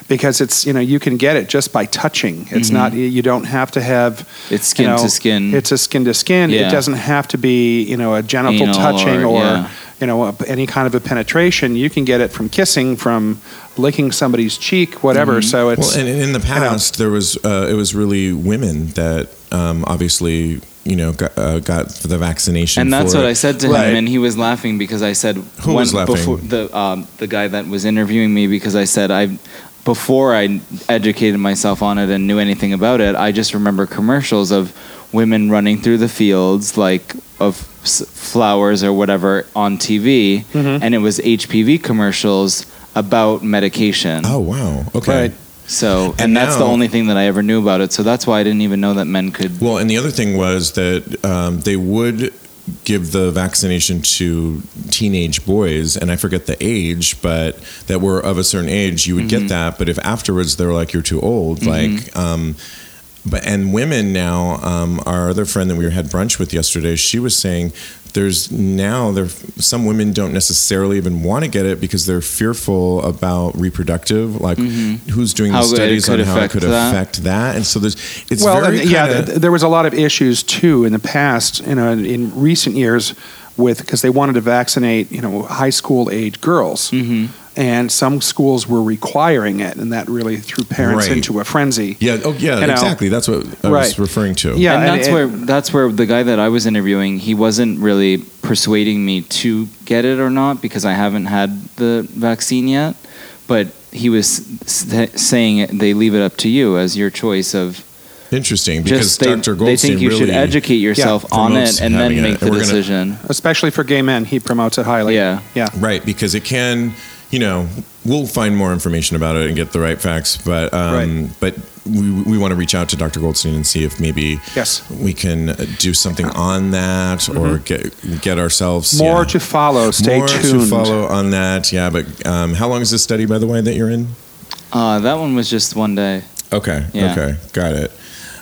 Speaker 3: because it's you know you can get it just by touching. It's not you don't have to have
Speaker 4: it's skin
Speaker 3: you know,
Speaker 4: to skin.
Speaker 3: It's a skin to skin. It
Speaker 4: Yeah.
Speaker 3: doesn't have to be you know a genital
Speaker 4: Anal
Speaker 3: touching
Speaker 4: or-
Speaker 3: or
Speaker 4: yeah.
Speaker 3: you know a- any kind of a penetration. You can get it from kissing, from licking somebody's cheek, whatever.
Speaker 4: Mm-hmm.
Speaker 3: So it's
Speaker 2: Well, and, and in the past, there was uh, it was really women that um, obviously you know got, uh, got the vaccination.
Speaker 4: and that's
Speaker 2: for
Speaker 4: what
Speaker 2: it.
Speaker 4: I said to
Speaker 2: Right.
Speaker 4: him, and he was laughing because I said
Speaker 2: Who was laughing?
Speaker 4: before the um, the guy that was interviewing me because I said I before I educated myself on it and knew anything about it, I just remember commercials of women running through the fields like of s- flowers or whatever on TV,
Speaker 2: Mm-hmm.
Speaker 4: and it was HPV commercials about medication.
Speaker 2: Oh wow. Okay.
Speaker 3: Right.
Speaker 4: So and,
Speaker 2: And
Speaker 4: that's the
Speaker 2: now-
Speaker 4: only thing that I ever knew about it. So that's why I didn't even know that men could.
Speaker 2: Well, and the other thing was that um, they would give the vaccination to teenage boys, and I forget the age, but that
Speaker 4: Mm-hmm.
Speaker 2: were of a certain age, you would get that. But if afterwards they're like, you're too old, like, um, but and women now, um, our other friend that we had brunch with yesterday, she was saying there's now there some women don't necessarily even want to get it because they're fearful about reproductive, like who's doing
Speaker 4: Mm-hmm. How
Speaker 2: the
Speaker 4: it
Speaker 2: studies on
Speaker 4: could
Speaker 2: how it
Speaker 4: affect
Speaker 2: could
Speaker 4: that.
Speaker 2: affect that, and so there's it's
Speaker 3: well,
Speaker 2: very
Speaker 3: and, yeah,
Speaker 2: kinda-
Speaker 3: th- there was a lot of issues too in the past, you know, in, in recent years with because they wanted to vaccinate, you know, high school age girls,
Speaker 4: Mm-hmm.
Speaker 3: and some schools were requiring it, and that really threw parents
Speaker 2: Right.
Speaker 3: into a frenzy.
Speaker 2: yeah, oh yeah,
Speaker 3: you know.
Speaker 2: exactly. That's what I
Speaker 3: Right.
Speaker 2: was referring to.
Speaker 3: Yeah,
Speaker 4: and,
Speaker 3: and
Speaker 4: that's
Speaker 3: it-
Speaker 4: where that's where the guy that I was interviewing, he wasn't really persuading me to get it or not because I haven't had the vaccine yet. But he was s- saying it- they leave it up to you as your choice of
Speaker 2: interesting because
Speaker 4: just they,
Speaker 2: Dr.
Speaker 4: they
Speaker 2: Goldstein
Speaker 4: think you
Speaker 2: really
Speaker 4: should educate yourself on
Speaker 2: promotes
Speaker 4: it and then
Speaker 2: having it.
Speaker 4: make the
Speaker 2: We're gonna-
Speaker 4: decision.
Speaker 3: Especially for gay men, he promotes it highly.
Speaker 4: Yeah.
Speaker 3: yeah.
Speaker 2: Right, because it can, you know, we'll find more information about it and get the right facts, but um,
Speaker 3: Right.
Speaker 2: but we, we want to reach out to Dr. Goldstein and see if maybe
Speaker 3: Yes.
Speaker 2: we can uh, do something on that or get get ourselves
Speaker 3: Mm-hmm. More
Speaker 2: yeah.
Speaker 3: to follow. Stay
Speaker 2: more
Speaker 3: tuned.
Speaker 2: to follow on that. Yeah, but um, how long is this study, by the way, that you're in?
Speaker 4: Uh, that one was just one day.
Speaker 2: Okay.
Speaker 4: Yeah.
Speaker 2: Okay. Got it.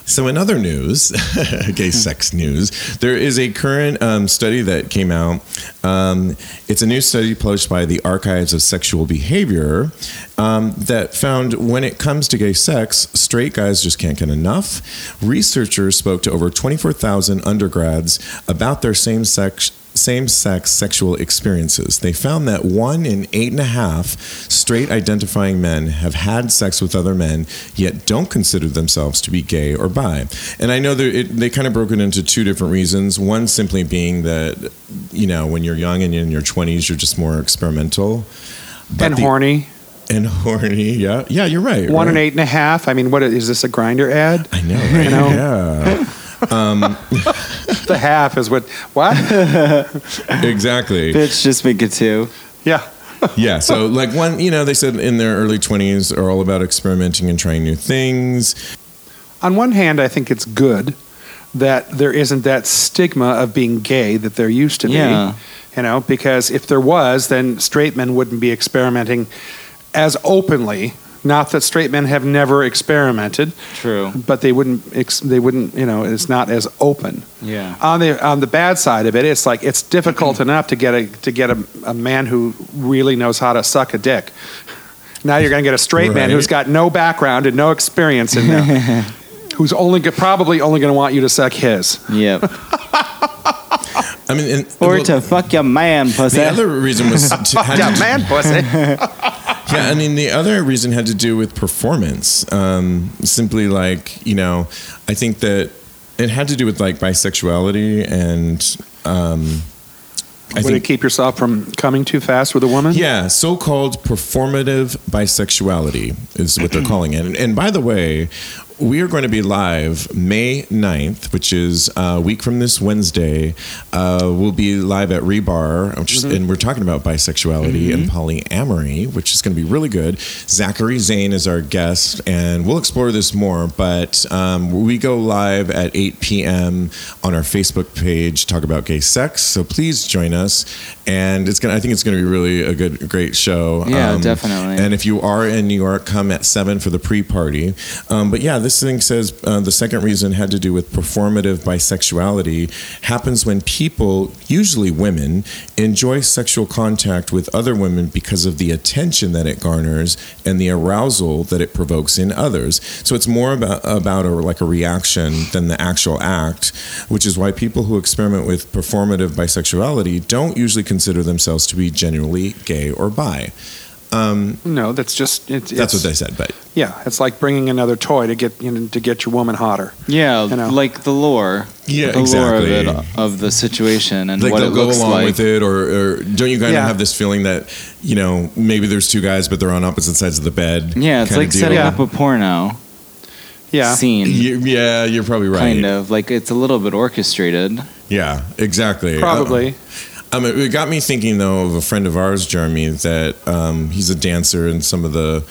Speaker 2: So, in other news, gay sex news, there is a current um, study that came out. Um, it's a new study published by the Archives of Sexual Behavior um, that found when it comes to gay sex, straight guys just can't get enough. Researchers spoke to over 24,000 undergrads about their same sex same sex sexual experiences. They found that one in eight and a half straight identifying men have had sex with other men, yet don't consider themselves to be gay or bi. And I know that it, they kind of broke it into two different reasons. One simply being that, you know, when you're young and in your 20s, you're just more experimental. But
Speaker 3: and
Speaker 2: the-
Speaker 3: horny.
Speaker 2: And horny, yeah. Yeah, you're right.
Speaker 3: One
Speaker 2: right.
Speaker 3: and eight and a half. I mean, what is, is this? A grinder ad?
Speaker 2: I know, right?
Speaker 3: You know?
Speaker 2: Yeah.
Speaker 3: the half is what? What?
Speaker 2: Exactly.
Speaker 4: Bitch, just make it two.
Speaker 3: yeah.
Speaker 2: yeah. So like one, you know, they said in their early twenties are all about experimenting and trying new things.
Speaker 3: on one hand, I think it's good that there isn't that stigma of being gay that there used to
Speaker 4: Yeah.
Speaker 3: be. You know, because if there was, then straight men wouldn't be experimenting as openly. Not that straight men have never experimented,
Speaker 4: True.
Speaker 3: but they wouldn't. Ex- they wouldn't. You know, it's not as open.
Speaker 4: Yeah.
Speaker 3: On the on the bad side of it, it's like it's difficult
Speaker 2: Mm-hmm.
Speaker 3: enough to get a to get a, a man who really knows how to suck a dick. Now you're going to get a straight
Speaker 2: Right.
Speaker 3: man who's got no background and no experience in there, who's only go- probably only going to want you to suck his.
Speaker 4: Yep.
Speaker 2: I mean, and,
Speaker 4: or
Speaker 2: well,
Speaker 4: to fuck your man, pussy.
Speaker 2: the other reason was to, had
Speaker 3: Yeah,
Speaker 2: to-
Speaker 3: man, pussy.
Speaker 2: yeah. I mean, the other reason had to do with performance. Um, simply like you know, I think that it had to do with like bisexuality and. Um, I
Speaker 3: Would it keep yourself from coming too fast with a woman?
Speaker 2: Yeah, so-called performative bisexuality is what they're calling it. And, and by the way, we are going to be live May 9th, which is a week from this Wednesday. Uh, we'll be live at Rebar, which is, and we're talking about bisexuality and polyamory, which is going to be really good. Zachary Zane is our guest, and we'll explore this more. But um, we go live at 8 p.m. on our Facebook page, talk about gay sex. So please join us, and it's gonna. I think it's gonna be really a good, great show. Um,
Speaker 4: Yeah, definitely.
Speaker 2: And if you are in New York, come at seven for the pre-party. Um, but yeah, this thing says uh, the second reason had to do with performative bisexuality happens when people, usually women, enjoy sexual contact with other women because of the attention that it garners and the arousal that it provokes in others. So it's more about about a, like a reaction than the actual act, which is why people who experiment with performative bisexuality don't usually consider themselves to be genuinely gay or bi. Um,
Speaker 3: No, that's just it's,
Speaker 2: That's
Speaker 3: it's,
Speaker 2: what they said, but
Speaker 3: Yeah, it's like bringing another toy to get you know, to get your woman hotter.
Speaker 4: yeah,
Speaker 3: You know.
Speaker 4: like the lore.
Speaker 2: Yeah,
Speaker 4: the lore of
Speaker 2: exactly.
Speaker 4: it, of the situation and
Speaker 2: like
Speaker 4: what
Speaker 2: they'll
Speaker 4: it
Speaker 2: go
Speaker 4: looks
Speaker 2: along
Speaker 4: like.
Speaker 2: with it, or, or don't you kind
Speaker 3: Yeah.
Speaker 2: of have this feeling that you know maybe there's two guys, but they're on opposite sides of the bed?
Speaker 4: Yeah, it's
Speaker 2: kinda
Speaker 4: like
Speaker 2: deal?
Speaker 4: setting
Speaker 3: Yeah.
Speaker 4: up a porno
Speaker 3: Yeah,
Speaker 4: scene,
Speaker 2: You- yeah, you're probably right.
Speaker 4: kind of. Like it's a little bit orchestrated.
Speaker 2: Yeah, exactly.
Speaker 3: probably.
Speaker 2: Um, it it got me thinking though of a friend of ours, Jeremy, that um, he's a dancer in some of the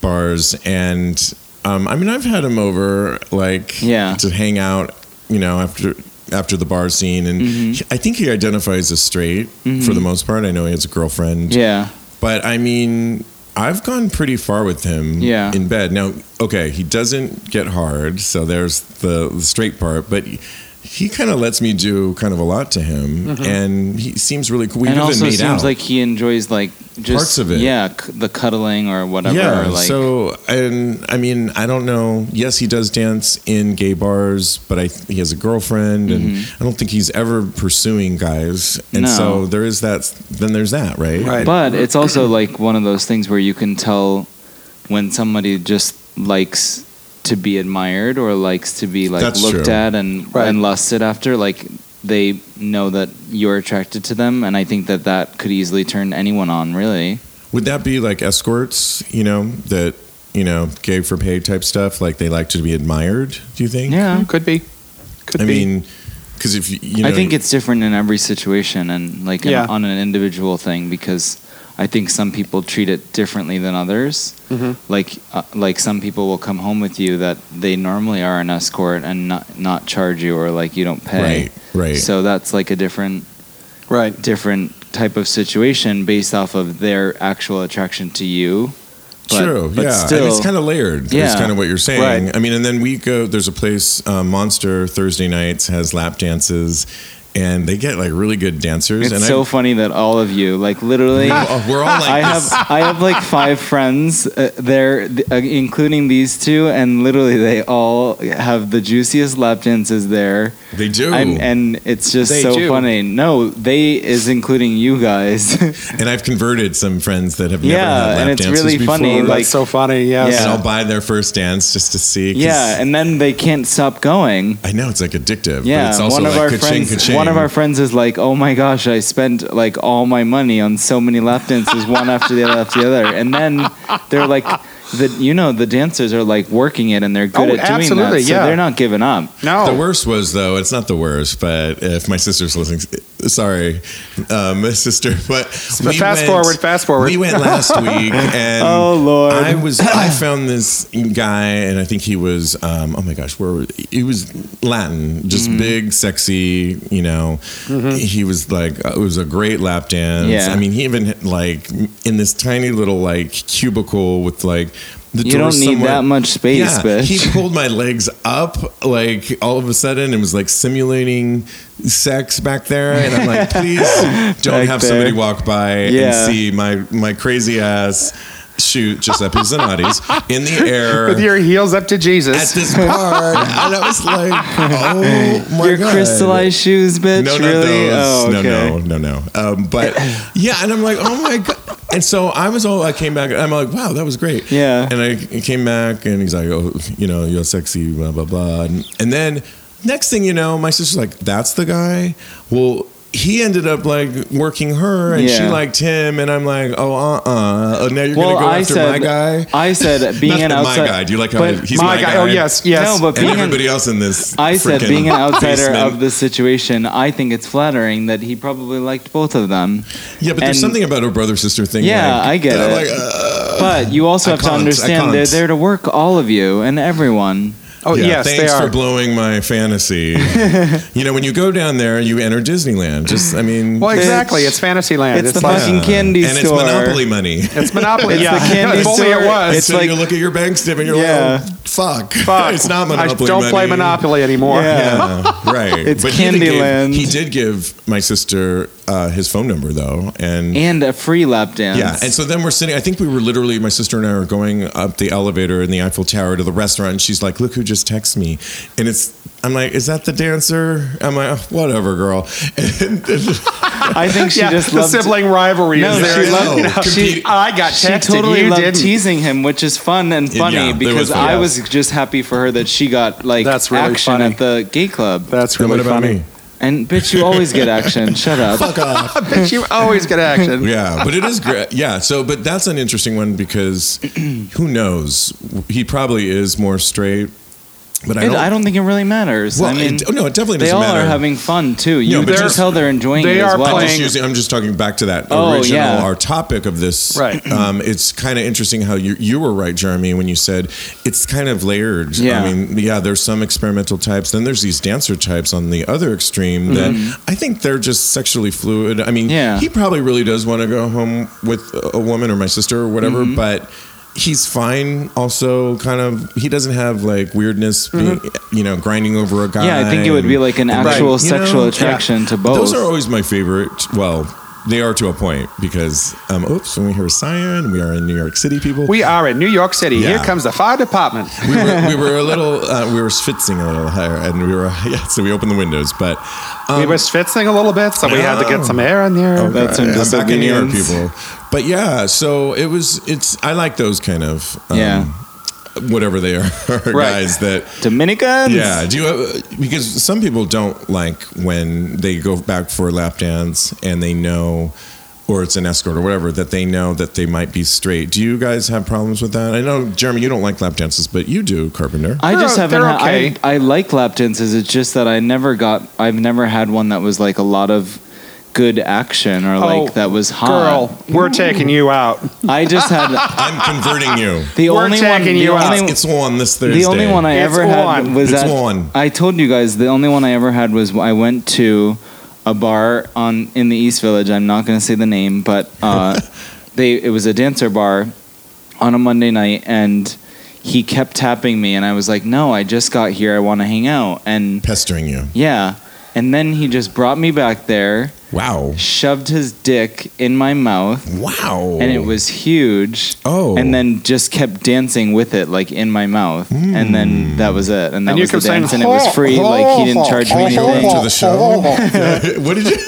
Speaker 2: bars, and um, I mean I've had him over like
Speaker 4: Yeah.
Speaker 2: to hang out, you know, after after the bar scene, and he- I think he identifies as straight for the most part. I know he has a girlfriend,
Speaker 4: Yeah,
Speaker 2: but I mean, I've gone pretty far with him
Speaker 4: Yeah.
Speaker 2: in bed. Now, okay, he doesn't get hard, so there's the, the straight part, but he kind of lets me do kind of a lot to him, and he seems really cool. We've
Speaker 4: Mm-hmm. and
Speaker 2: even
Speaker 4: also
Speaker 2: made
Speaker 4: seems
Speaker 2: out.
Speaker 4: like he enjoys like just
Speaker 2: Parts of it.
Speaker 4: Yeah, c- the cuddling or whatever.
Speaker 2: yeah,
Speaker 4: or, like,
Speaker 2: so and I mean I don't know. Yes, he does dance in gay bars, but I he has a girlfriend, and I don't think he's ever pursuing guys. And
Speaker 4: Mm-hmm.
Speaker 2: so
Speaker 4: No.
Speaker 2: there is that. Then there's that, right?
Speaker 3: Right.
Speaker 4: But it's also like one of those things where you can tell when somebody just likes to be admired or likes to be like
Speaker 2: That's
Speaker 4: looked
Speaker 2: true.
Speaker 4: at and
Speaker 3: Right.
Speaker 4: and lusted after. Like they know that you're attracted to them, and I think that that could easily turn anyone on. Really,
Speaker 2: Would that be like escorts? You know that you know gay for pay type stuff. Like they like to be admired. Do you think?
Speaker 4: yeah.
Speaker 3: Could be. Could
Speaker 2: I
Speaker 3: be.
Speaker 2: mean, because if you- you know,
Speaker 4: I think it's different in every situation and like
Speaker 3: Yeah.
Speaker 4: an, on an individual thing because I think some people treat it differently than others.
Speaker 3: Mhm.
Speaker 4: Like uh, like some people will come home with you that they normally are an escort and not not charge you or like you don't pay.
Speaker 2: right, right.
Speaker 4: So that's like a different
Speaker 3: right.
Speaker 4: different type of situation based off of their actual attraction to you. But-
Speaker 2: True.
Speaker 4: but
Speaker 2: yeah.
Speaker 4: still-
Speaker 2: and it's kind of layered. It's
Speaker 4: Yeah.
Speaker 2: kind of what you're saying.
Speaker 3: Right.
Speaker 2: I mean, and then we go. There's a place, uh, Monster Thursday nights has lap dances, and they get like really good dancers.
Speaker 4: It's
Speaker 2: and
Speaker 4: so funny that all of you, like literally,
Speaker 2: I, we're all like,
Speaker 4: I
Speaker 2: this.
Speaker 4: have I have like five friends uh, there, th- uh, including these two, and literally they all have the juiciest lap dances there,
Speaker 2: they do.
Speaker 4: I'm, and it's just
Speaker 3: They
Speaker 4: so
Speaker 3: do.
Speaker 4: funny. No, they is including you guys.
Speaker 2: and I've converted some friends that have never
Speaker 4: Yeah,
Speaker 2: had lap
Speaker 4: and it's
Speaker 2: dances
Speaker 4: really
Speaker 2: before.
Speaker 4: funny,
Speaker 3: That's
Speaker 4: like-
Speaker 3: so funny. Yes.
Speaker 2: and
Speaker 4: Yeah.
Speaker 2: I'll buy their first dance just to see. 'cause
Speaker 4: yeah, and then they can't stop going.
Speaker 2: I know it's like addictive. but
Speaker 4: Yeah,
Speaker 2: it's also
Speaker 4: one of
Speaker 2: like
Speaker 4: our
Speaker 2: ka-ching,
Speaker 4: friends,
Speaker 2: ka-ching.
Speaker 4: one of our friends is like, "Oh my gosh, I spent like all my money on so many lap dances, one after the other after the other," and then they're like. The, you know the dancers are like working it and they're good
Speaker 3: Oh,
Speaker 4: at doing
Speaker 3: absolutely,
Speaker 4: that, so
Speaker 3: yeah.
Speaker 4: they're not giving up.
Speaker 3: No.
Speaker 2: The worst was though. It's not the worst, but if my sister's listening, sorry, um, sister. But we
Speaker 3: fast forward, fast forward.
Speaker 2: We went last week, and
Speaker 4: Oh, Lord.
Speaker 2: I was I found this guy, and I think he was. Um, oh my gosh, where he was Latin, just
Speaker 4: Mm.
Speaker 2: big, sexy. You know, he was like uh, it was a great lap dance.
Speaker 4: Mm-hmm. Yeah.
Speaker 2: I mean, he even like in this tiny little like cubicle with like. The
Speaker 4: You
Speaker 2: door
Speaker 4: don't need
Speaker 2: somewhat-
Speaker 4: that much space, bitch.
Speaker 2: He pulled my legs up like all of a sudden and was like simulating sex back there and I'm like please don't
Speaker 4: Back
Speaker 2: have
Speaker 4: there.
Speaker 2: somebody walk by
Speaker 4: Yeah.
Speaker 2: and see my my crazy ass shoot Giuseppe Zanotti's in the air
Speaker 3: With your heels up to
Speaker 2: at
Speaker 3: Jesus.
Speaker 2: this bar and I was like oh my
Speaker 4: Your
Speaker 2: god
Speaker 4: crystallized shoes, bitch.
Speaker 2: no,
Speaker 4: really?
Speaker 2: not
Speaker 4: Oh,
Speaker 2: those.
Speaker 4: okay.
Speaker 2: No, no, no, no. Um, but yeah, and I'm like, oh my god. And so I was all, I came back, and I'm like, wow, that was great.
Speaker 4: Yeah.
Speaker 2: And I came back, and he's like, oh, you know, you're sexy, blah blah blah. And, and then next thing you know, my sister's like, that's the guy. Well. He ended up like working her, and she
Speaker 4: Yeah.
Speaker 2: liked him, and I'm like, oh, uh, uh now you're
Speaker 4: Well,
Speaker 2: gonna go
Speaker 4: I
Speaker 2: after
Speaker 4: said,
Speaker 2: my guy.
Speaker 4: I said being
Speaker 2: Not
Speaker 4: an
Speaker 2: that
Speaker 4: outside.
Speaker 2: my guy. Do you like how
Speaker 4: but
Speaker 2: I- he's my
Speaker 3: my guy.
Speaker 2: guy.
Speaker 3: Oh yes, yes.
Speaker 4: No, but
Speaker 2: and
Speaker 4: being an-
Speaker 2: everybody else in this.
Speaker 4: I said,
Speaker 2: frickin'
Speaker 4: being an outsider
Speaker 2: basement.
Speaker 4: of the situation, I think it's flattering that he probably liked both of them.
Speaker 2: yeah, but
Speaker 4: and-
Speaker 2: there's something about a brother sister thing.
Speaker 4: Yeah,
Speaker 2: like-
Speaker 4: I get
Speaker 2: I'm
Speaker 4: it.
Speaker 2: like, uh,
Speaker 4: But you also
Speaker 2: I
Speaker 4: have to
Speaker 2: can't, I
Speaker 4: understand
Speaker 2: can't.
Speaker 4: they're there to work all of you and everyone.
Speaker 3: oh yes,
Speaker 2: thanks
Speaker 3: they are.
Speaker 2: for blowing my fantasy. you know, when you go down there, you enter Disneyland. Just, I mean,
Speaker 3: well, exactly. It's Fantasyland.
Speaker 4: It's
Speaker 3: It's,
Speaker 4: the
Speaker 3: like
Speaker 4: fucking candy
Speaker 2: and
Speaker 4: store.
Speaker 2: it's Monopoly money.
Speaker 3: it's Monopoly.
Speaker 4: It's
Speaker 3: yeah.
Speaker 4: the candy
Speaker 3: if only
Speaker 4: store.
Speaker 3: it was.
Speaker 4: It's
Speaker 2: so
Speaker 4: like-
Speaker 2: you look at your bank slip and you're
Speaker 4: Yeah.
Speaker 2: like, oh, fuck,
Speaker 3: Fuck.
Speaker 2: it's not
Speaker 3: uh, I
Speaker 2: Monopoly.
Speaker 3: don't
Speaker 2: money.
Speaker 3: play Monopoly anymore.
Speaker 4: Yeah.
Speaker 2: Yeah, right.
Speaker 4: It's
Speaker 2: he did
Speaker 4: Candyland.
Speaker 2: give- He did give my sister uh, his phone number though, and
Speaker 4: And a free lap dance.
Speaker 2: Yeah, and so then we're sitting. I think we were literally my sister and I are going up the elevator in the Eiffel Tower to the restaurant, and she's like, "Look who just texted me," and it's. I'm like, is that the dancer? I'm like, "Oh, whatever, girl. And, and-
Speaker 4: I think she
Speaker 3: Yeah,
Speaker 4: just
Speaker 3: the
Speaker 4: loved
Speaker 3: sibling rivalry
Speaker 4: No,
Speaker 3: is there.
Speaker 4: she
Speaker 3: you
Speaker 4: loved-
Speaker 3: know?
Speaker 2: Compete-
Speaker 3: She- I got
Speaker 4: She oh,
Speaker 3: texted.
Speaker 4: totally
Speaker 3: you
Speaker 4: loved
Speaker 3: didn't.
Speaker 4: teasing him, which is fun and funny
Speaker 2: yeah, it was
Speaker 4: because
Speaker 2: fun.
Speaker 4: I was just happy for her that she got like
Speaker 3: That's really
Speaker 4: action
Speaker 3: funny.
Speaker 4: at the gay club.
Speaker 3: That's
Speaker 2: what
Speaker 3: really
Speaker 2: about
Speaker 3: funny.
Speaker 2: me?
Speaker 4: And bitch, you always get action. Shut up.
Speaker 3: I bet you always get action.
Speaker 2: Yeah, but it is great. Yeah, so but that's an interesting one because who knows? He probably is more straight But I
Speaker 4: It-
Speaker 2: don't.
Speaker 4: I don't think it really matters.
Speaker 2: well,
Speaker 4: I mean,
Speaker 2: it- no, it definitely
Speaker 4: they
Speaker 2: doesn't
Speaker 4: all
Speaker 2: matter.
Speaker 4: are having fun too.
Speaker 2: No,
Speaker 4: You can
Speaker 2: but
Speaker 4: just
Speaker 2: just-
Speaker 4: tell they're enjoying
Speaker 3: they
Speaker 4: it as
Speaker 3: are
Speaker 4: well.
Speaker 2: I'm just,
Speaker 3: playing-
Speaker 2: using, I'm just talking back to that
Speaker 4: Oh,
Speaker 2: original
Speaker 4: yeah.
Speaker 2: our topic of this.
Speaker 3: Right.
Speaker 2: Um, it's kind of interesting how you you were right, Jeremy, when you said it's kind of layered.
Speaker 4: Yeah.
Speaker 2: I mean, yeah, there's some experimental types, then there's these dancer types on the other extreme that I think they're just sexually fluid. I mean,
Speaker 4: Mm-hmm. Yeah.
Speaker 2: he probably really does want to go home with a- a woman or my sister or whatever,
Speaker 4: Mm-hmm.
Speaker 2: but. He's fine. Also, kind of, he doesn't have like weirdness, being, you know, grinding over a guy.
Speaker 4: Mm-hmm. Yeah, I think it would be like an
Speaker 2: Right.
Speaker 4: actual
Speaker 2: You
Speaker 4: sexual
Speaker 2: know?
Speaker 4: attraction to both.
Speaker 2: Those are always my favorite. Well, they are to a point because, um, oops, when we hear siren, we are in New York City, people.
Speaker 3: We are in New York City. Here
Speaker 2: Yeah.
Speaker 3: comes the fire department.
Speaker 2: we, were, we were a little, uh, we were schwitzing a little higher, and we were, yeah, so we opened the windows. But um,
Speaker 3: we were schwitzing a little bit, so we had to get some air in there.
Speaker 4: Oh, That's some
Speaker 2: I'm back in New York,
Speaker 4: disobedience.
Speaker 2: people. But yeah, so it was, it's, I like those kind of, um,
Speaker 4: Yeah.
Speaker 2: whatever they are, guys that
Speaker 4: Dominicans.
Speaker 2: Yeah, do you have, because some people don't like when they go back for a lap dance and they know, or it's an escort or whatever, that they know that they might be straight. Do you guys have problems with that? I know, Jeremy, you don't like lap dances, but you do, Carpenter.
Speaker 4: I just
Speaker 3: They're-
Speaker 4: haven't.
Speaker 3: they're
Speaker 4: had-
Speaker 3: okay.
Speaker 4: I I like lap dances. It's just that I never got. I've never had one that was like a lot of good action or
Speaker 3: Oh,
Speaker 4: like that was hot.
Speaker 3: Girl, we're taking you out.
Speaker 4: I just had
Speaker 2: I'm converting you.
Speaker 4: the
Speaker 3: We're
Speaker 4: only one.
Speaker 3: taking
Speaker 4: The
Speaker 3: you out.
Speaker 4: only,
Speaker 2: It's on this Thursday.
Speaker 4: the only one I
Speaker 3: It's
Speaker 4: ever
Speaker 3: on.
Speaker 4: had was
Speaker 2: It's
Speaker 4: at-
Speaker 2: on.
Speaker 4: I told you guys the only one I ever had was I went to a bar on in the East Village. I'm not going to say the name, but uh, they it was a dancer bar on a Monday night, and he kept tapping me, and I was like, "No, I just got here. I want to hang out." And
Speaker 2: pestering you.
Speaker 4: yeah, and then he just brought me back there,
Speaker 2: Wow.
Speaker 4: shoved his dick in my mouth,
Speaker 2: Wow.
Speaker 4: and it was huge.
Speaker 2: Oh.
Speaker 4: And then just kept dancing with it, like in my mouth, and
Speaker 2: Hmm.
Speaker 4: then that was it. And that
Speaker 3: And you
Speaker 4: was the
Speaker 3: kept saying,
Speaker 4: dance, and it was
Speaker 3: "Ho,
Speaker 4: free.
Speaker 3: ho,
Speaker 4: like he didn't
Speaker 3: ho,
Speaker 4: charge
Speaker 3: ho,
Speaker 4: me
Speaker 3: ho,
Speaker 4: anything.
Speaker 2: to the show.
Speaker 3: Oh.
Speaker 2: what did you?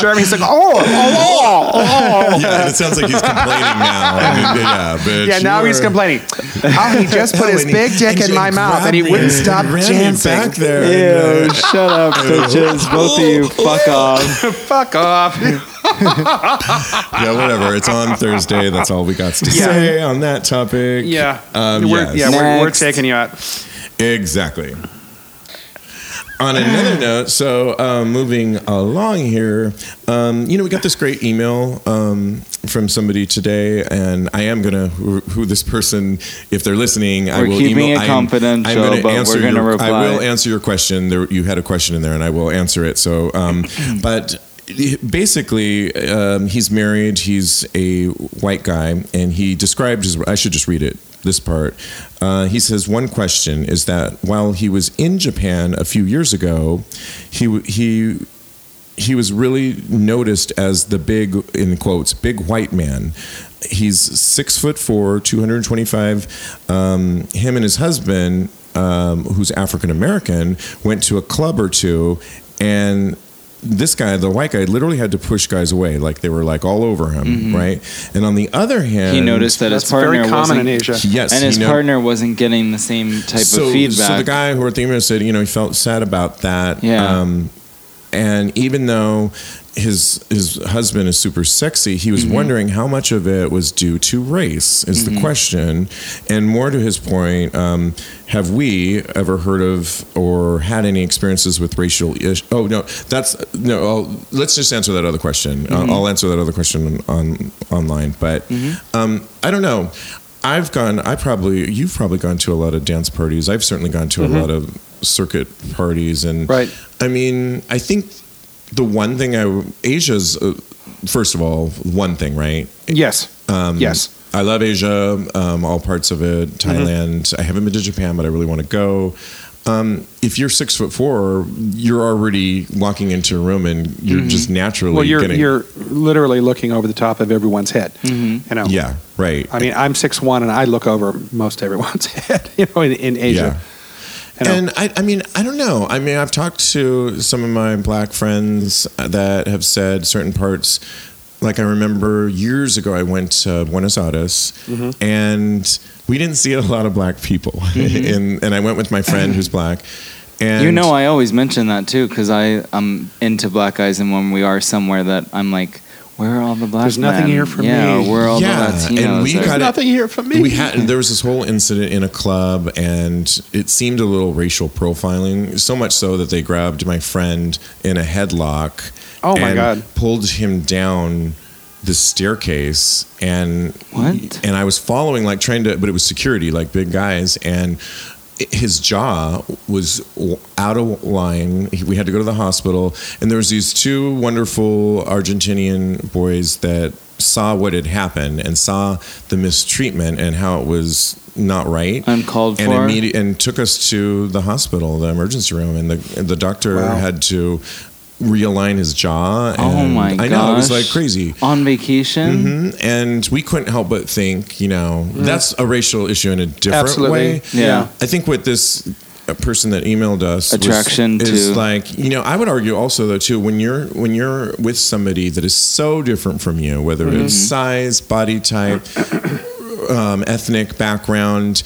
Speaker 3: Jeremy's like, oh, oh, oh, oh, oh.
Speaker 2: Yeah, it sounds like he's complaining now. I mean, yeah, bitch,
Speaker 3: Yeah, now
Speaker 2: you
Speaker 3: he's
Speaker 2: are-
Speaker 3: complaining. Oh, he just put his
Speaker 2: And he-
Speaker 3: big dick
Speaker 2: and
Speaker 3: in
Speaker 2: she
Speaker 3: my mouth, and he
Speaker 2: grabbed me
Speaker 3: wouldn't stop
Speaker 2: ran me
Speaker 3: dancing.
Speaker 2: Back there, and, uh,
Speaker 4: Ew, shut up, bitches. Both of you, fuck off.
Speaker 3: Fuck off.
Speaker 2: yeah, whatever. It's on Thursday. That's all we got to
Speaker 3: Yeah.
Speaker 2: say on that topic.
Speaker 3: Yeah.
Speaker 2: Um,
Speaker 3: we're,
Speaker 2: yes.
Speaker 3: Yeah, we're, we're
Speaker 4: Next.
Speaker 3: taking you out.
Speaker 2: Exactly. On another note, so um, moving along here, um, you know, we got this great email um, from somebody today, and I am gonna who, who this person, if they're listening, I
Speaker 4: We're
Speaker 2: will
Speaker 4: keeping
Speaker 2: email,
Speaker 4: it
Speaker 2: I am-
Speaker 4: confidential, but we're
Speaker 2: answer
Speaker 4: gonna
Speaker 2: your, I
Speaker 4: reply.
Speaker 2: will answer your question. There, you had a question in there, and I will answer it. So, um, but basically, um, he's married. He's a white guy, and he described his. I should just read it. This part. Uh, he says one question is that while he was in Japan a few years ago, he w- he he was really noticed as the big in quotes big white man he's six foot four 225 um, him and his husband um, who's african american went to a club or two and this guy the white guy literally had to push guys away like they were like all over him right and on the other hand
Speaker 4: Mm-hmm. He noticed that his
Speaker 3: That's
Speaker 4: partner
Speaker 3: very common
Speaker 4: wasn't,
Speaker 3: in Asia.
Speaker 2: yes
Speaker 4: and
Speaker 2: he
Speaker 4: his
Speaker 2: no-
Speaker 4: partner wasn't getting the same type of feedback.
Speaker 2: so the guy who wrote the email said, you know, he felt sad about that.
Speaker 4: Yeah.
Speaker 2: Um, and even though his his husband is super sexy, he was wondering how much of it was due to race is the question. And more to his point, um, have we ever heard of or had any experiences with racial ish? Oh no, that's no. I'll, let's just answer that other question. Uh, I'll answer that other question on online, but um, I don't know. I've gone. I probably you've probably gone to a lot of dance parties. I've certainly gone to a lot of circuit parties, and
Speaker 3: Right.
Speaker 2: I mean, I think the one thing I Asia's uh, first of all one thing, right?
Speaker 3: Yes.
Speaker 2: Um,
Speaker 3: yes.
Speaker 2: I love Asia, um, all parts of it.
Speaker 3: Mm-hmm.
Speaker 2: Thailand. I haven't been to Japan, but I really want to go. Um, if you're six foot four, you're already walking into a room and you're just naturally
Speaker 3: Mm-hmm. Well, you're
Speaker 2: getting
Speaker 3: you're literally looking over the top of everyone's head. You know.
Speaker 2: yeah right.
Speaker 3: I mean, I'm six one, and I look over most everyone's head. You know, in, in Asia. You know?
Speaker 2: And I, I mean, I don't know. I mean, I've talked to some of my black friends that have said certain parts. Like I remember years ago, I went to Buenos Aires, and we didn't see a lot of black people. and and I went with my friend who's black. And
Speaker 4: you know, uh, I always mention that too because I I'm into black guys, and when we are somewhere that I'm like, Where are all the black
Speaker 3: There's nothing
Speaker 4: men?
Speaker 3: here for
Speaker 4: yeah,
Speaker 3: me.
Speaker 4: Where are all
Speaker 2: Yeah,
Speaker 4: the
Speaker 2: and
Speaker 4: Latinos?
Speaker 2: we
Speaker 4: There's-
Speaker 2: got it.
Speaker 3: Nothing here for me.
Speaker 2: We had there was this whole incident in a club, and it seemed a little racial profiling. So much so that they grabbed my friend in a headlock.
Speaker 3: Oh, my
Speaker 2: and
Speaker 3: God.
Speaker 2: Pulled him down the staircase, and
Speaker 4: What?
Speaker 2: And I was following, like trying to, but it was security, like big guys, and i- his jaw was w- out of line. He- We had to go to the hospital, and there was these two wonderful Argentinian boys that saw what had happened and saw the mistreatment and how it was not right
Speaker 4: Uncalled
Speaker 2: and
Speaker 4: for.
Speaker 2: immedi- and took us to the hospital, the emergency room, and the and the doctor
Speaker 3: Wow.
Speaker 2: had to realign his jaw. And
Speaker 4: Oh my
Speaker 2: I know it was
Speaker 4: gosh.
Speaker 2: like crazy.
Speaker 4: on vacation.
Speaker 3: Mm-hmm.
Speaker 2: hmm And we couldn't help but think, you know, that's a racial issue in a different
Speaker 3: Absolutely.
Speaker 2: way.
Speaker 4: Mm-hmm. Yeah.
Speaker 2: I think what this uh, person that emailed us was-
Speaker 4: Attraction
Speaker 2: is
Speaker 4: to-
Speaker 2: like, you know, I would argue also though too when you're when you're with somebody that is so different from you, whether
Speaker 4: Mm-hmm.
Speaker 2: it's size, body type, um, ethnic background.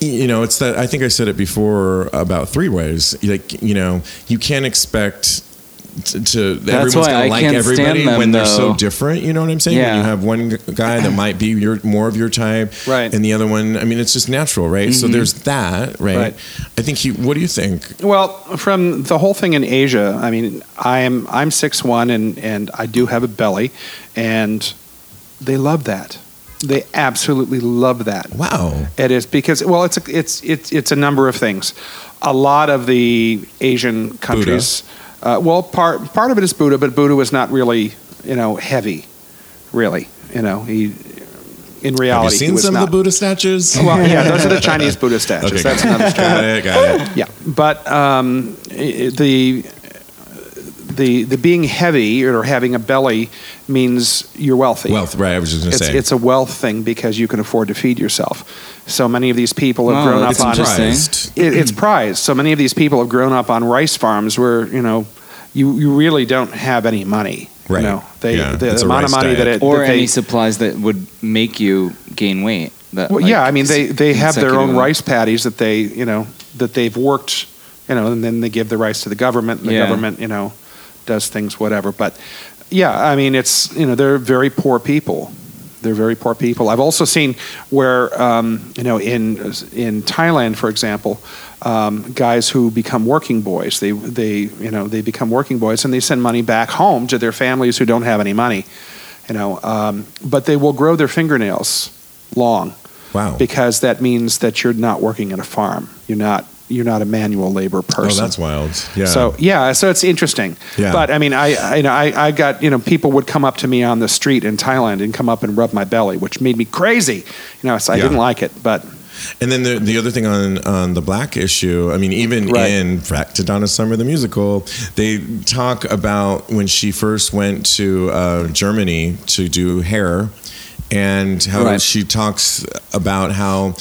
Speaker 2: y- You know, it's that I think I said it before about three ways. Like, you know, you can't expect t- to everyone's
Speaker 4: why
Speaker 2: gonna
Speaker 4: I
Speaker 2: like
Speaker 4: can't
Speaker 2: everybody
Speaker 4: stand them,
Speaker 2: when they're so
Speaker 4: though.
Speaker 2: different. You know what I'm saying? When
Speaker 4: Yeah.
Speaker 2: you have one g- guy that might be your more of your type,
Speaker 3: Right. Mm-hmm.
Speaker 2: and the other one, I mean, it's just natural, right? So there's that, right?
Speaker 3: Right.
Speaker 2: I think he. What do you think?
Speaker 3: Well, from the whole thing in Asia, I mean, I'm I'm six one and and I do have a belly, and they love that. They absolutely love that.
Speaker 2: Wow.
Speaker 3: It is because well, it's a, it's it's it's a number of things. A lot of the Asian countries, uh, well, part part of it is Buddha, but Buddha was not really you know heavy, really. You know, he
Speaker 2: Have
Speaker 3: in
Speaker 2: you
Speaker 3: reality he
Speaker 2: seen
Speaker 3: was
Speaker 2: some
Speaker 3: not. Oh,
Speaker 2: of the Buddha statues?
Speaker 3: well, yeah, those are the Chinese Buddha statues.
Speaker 2: Okay,
Speaker 3: That's another story.
Speaker 2: got it. Got it.
Speaker 3: Yeah, but um, i- i- the the the being heavy or having a belly means you're wealthy.
Speaker 2: Wealth, right? I was just gonna
Speaker 3: It's,
Speaker 2: say
Speaker 3: it's a wealth thing because you can afford to feed yourself. So many of these people have
Speaker 4: Wow,
Speaker 3: grown up
Speaker 4: that's
Speaker 3: on
Speaker 4: interesting.
Speaker 2: prized.
Speaker 3: it, it's prized. So many of these people have grown up on rice farms where you know you, you really don't have any money.
Speaker 2: Right.
Speaker 3: You know, they,
Speaker 2: Yeah,
Speaker 3: the
Speaker 2: it's a
Speaker 3: amount of
Speaker 2: rice
Speaker 3: money that
Speaker 2: diet.
Speaker 3: it
Speaker 4: or
Speaker 3: that
Speaker 4: any
Speaker 3: they,
Speaker 4: supplies that would make you gain weight. That,
Speaker 3: Well,
Speaker 4: like,
Speaker 3: yeah, I mean they, they have their own
Speaker 4: consecutively.
Speaker 3: rice paddies that they you know that they've worked you know, and then they give the rice to the government. And the
Speaker 4: Yeah.
Speaker 3: government you know does things whatever. But yeah, I mean it's you know they're very poor people. They're very poor people. I've also seen where um, you know in in Thailand, for example, um, guys who become working boys. They they you know they become working boys and they send money back home to their families who don't have any money. You know, um, but they will grow their fingernails long
Speaker 2: wow.
Speaker 3: because that means that you're not working at a farm. You're not you're not a manual labor
Speaker 2: Oh,
Speaker 3: person.
Speaker 2: that's wild. Yeah.
Speaker 3: So yeah, so it's interesting.
Speaker 2: Yeah.
Speaker 3: But I mean, I, I you know I, I got you know people would come up to me on the street in Thailand and come up and rub my belly, which made me crazy. You know, so I
Speaker 2: Yeah.
Speaker 3: didn't like it, but
Speaker 2: And then the, the other thing on on the black issue, I mean, even
Speaker 3: Right.
Speaker 2: in back to Donna Summer the musical, they talk about when she first went to uh, Germany to do hair, and how
Speaker 4: Right.
Speaker 2: she talks about how.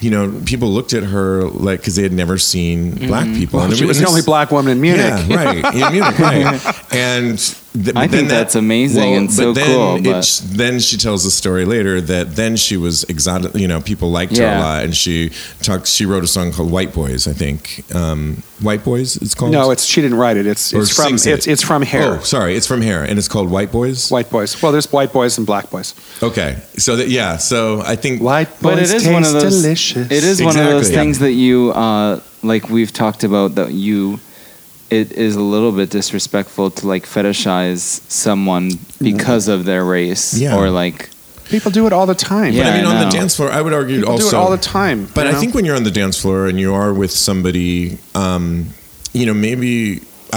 Speaker 2: You know, people looked at her like because they had never seen black people.
Speaker 3: Mm-hmm. well,
Speaker 2: And
Speaker 3: she
Speaker 2: it
Speaker 3: was the only black woman in Munich.
Speaker 2: yeah, right. In Munich, right. And th-
Speaker 4: I think that's amazing and so
Speaker 2: then
Speaker 4: cool,
Speaker 2: it-
Speaker 4: but-
Speaker 2: then she tells the story later that then she was exotic. You know, people liked her a
Speaker 4: Yeah.
Speaker 2: lot, and she talks. She wrote a song called "White Boys," I think. Um, "White Boys," it's called.
Speaker 3: No, it's she didn't write it. It's
Speaker 2: Or
Speaker 3: it's from
Speaker 2: sings
Speaker 3: it's,
Speaker 2: it.
Speaker 3: it's from hair.
Speaker 2: Oh, sorry, it's from Hair, and it's called "White Boys."
Speaker 3: White boys. Well, there's white boys and black boys.
Speaker 2: Okay, so that, yeah, so I think
Speaker 3: White boys
Speaker 4: But it is
Speaker 3: taste
Speaker 4: one of those.
Speaker 3: delicious.
Speaker 4: It is one of those
Speaker 2: Exactly.
Speaker 4: things that you uh, like. We've talked about that you. It is a little bit disrespectful to like fetishize someone because of their race
Speaker 2: Yeah.
Speaker 4: or like
Speaker 3: People do it all the time.
Speaker 2: But I
Speaker 4: Yeah,
Speaker 2: mean,
Speaker 4: I
Speaker 2: on the
Speaker 4: know.
Speaker 2: dance floor, I would argue
Speaker 3: People
Speaker 2: also
Speaker 3: do it all the time.
Speaker 2: But
Speaker 3: you
Speaker 2: I
Speaker 3: know?
Speaker 2: think when you're on the dance floor and you are with somebody, um, you know, maybe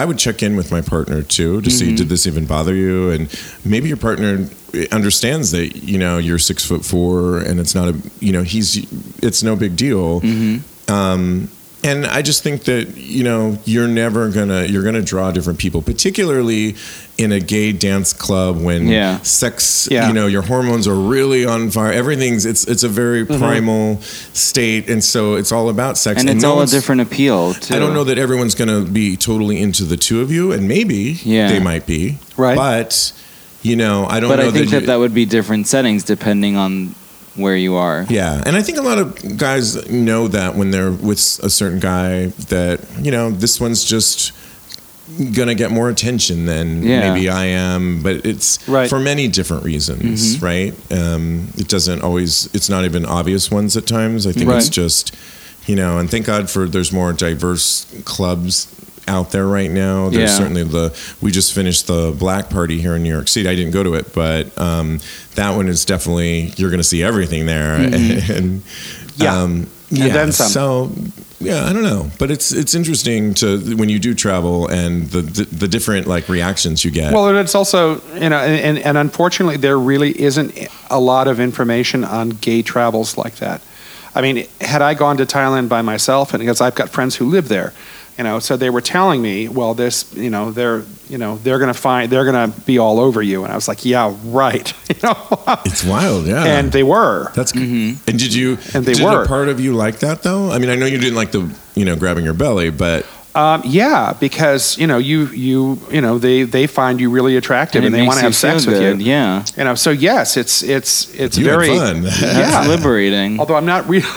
Speaker 2: I would check in with my partner too to
Speaker 3: Mm-hmm.
Speaker 2: see did this even bother you, and maybe your partner understands that you know you're six foot four and it's not a you know he's it's no big deal.
Speaker 3: Mm-hmm.
Speaker 2: Um, and I just think that you know you're never gonna you're gonna draw different people, particularly in a gay dance club when
Speaker 4: Yeah.
Speaker 2: sex
Speaker 3: Yeah.
Speaker 2: you know your hormones are really on fire. Everything's it's it's a very primal state, and so it's all about sex.
Speaker 4: Mm-hmm. and it's
Speaker 2: no
Speaker 4: all a
Speaker 2: one's-
Speaker 4: different appeal. Too.
Speaker 2: I don't know that everyone's gonna be totally into the two of you, and maybe
Speaker 4: Yeah.
Speaker 2: they might be,
Speaker 3: Right.
Speaker 2: But you know, I don't
Speaker 4: but
Speaker 2: know
Speaker 4: I think that,
Speaker 2: you-
Speaker 4: that would be different settings depending on where you are.
Speaker 2: yeah, and I think a lot of guys know that when they're with a certain guy that you know this one's just gonna get more attention than
Speaker 4: Yeah.
Speaker 2: maybe I am. But it's
Speaker 3: Right.
Speaker 2: for many different reasons, right? Um, it doesn't always. It's not even obvious ones at times. I think it's
Speaker 3: Right.
Speaker 2: just you know. And thank God for there's more diverse clubs out there right now. There's
Speaker 4: Yeah.
Speaker 2: certainly the we just finished the black party here in New York City. I didn't go to it, but um, that one is definitely you're gonna see everything there. and
Speaker 3: Yeah.
Speaker 2: um,
Speaker 3: And
Speaker 2: yeah.
Speaker 3: then some.
Speaker 2: So yeah, I don't know, but it's it's interesting to when you do travel and the the, the different like reactions you get.
Speaker 3: Well, and it's also you know, and, and, and unfortunately, there really isn't a lot of information on gay travels like that. I mean, had I gone to Thailand by myself, and because I've got friends who live there, you know, so they were telling me, well, this, you know, they're, you know, they're gonna find, they're gonna be all over you, and I was like, yeah, right, you know,
Speaker 2: it's wild, yeah.
Speaker 3: and they were.
Speaker 2: that's and did you
Speaker 3: And they
Speaker 2: did
Speaker 3: were.
Speaker 2: a part of you like that though? I mean, I know you didn't like the you know grabbing your belly, but
Speaker 3: Um, yeah, because you know, you you you know, they they find you really attractive, and,
Speaker 4: it
Speaker 3: they
Speaker 4: makes
Speaker 3: want to
Speaker 4: you
Speaker 3: have sex
Speaker 4: feel
Speaker 3: with
Speaker 4: good.
Speaker 3: you.
Speaker 4: Yeah.
Speaker 3: You know, so yes, it's it's it's
Speaker 2: you
Speaker 3: very
Speaker 2: had fun.
Speaker 3: Yeah.
Speaker 4: That's
Speaker 2: Mm.
Speaker 4: liberating.
Speaker 3: although I'm not really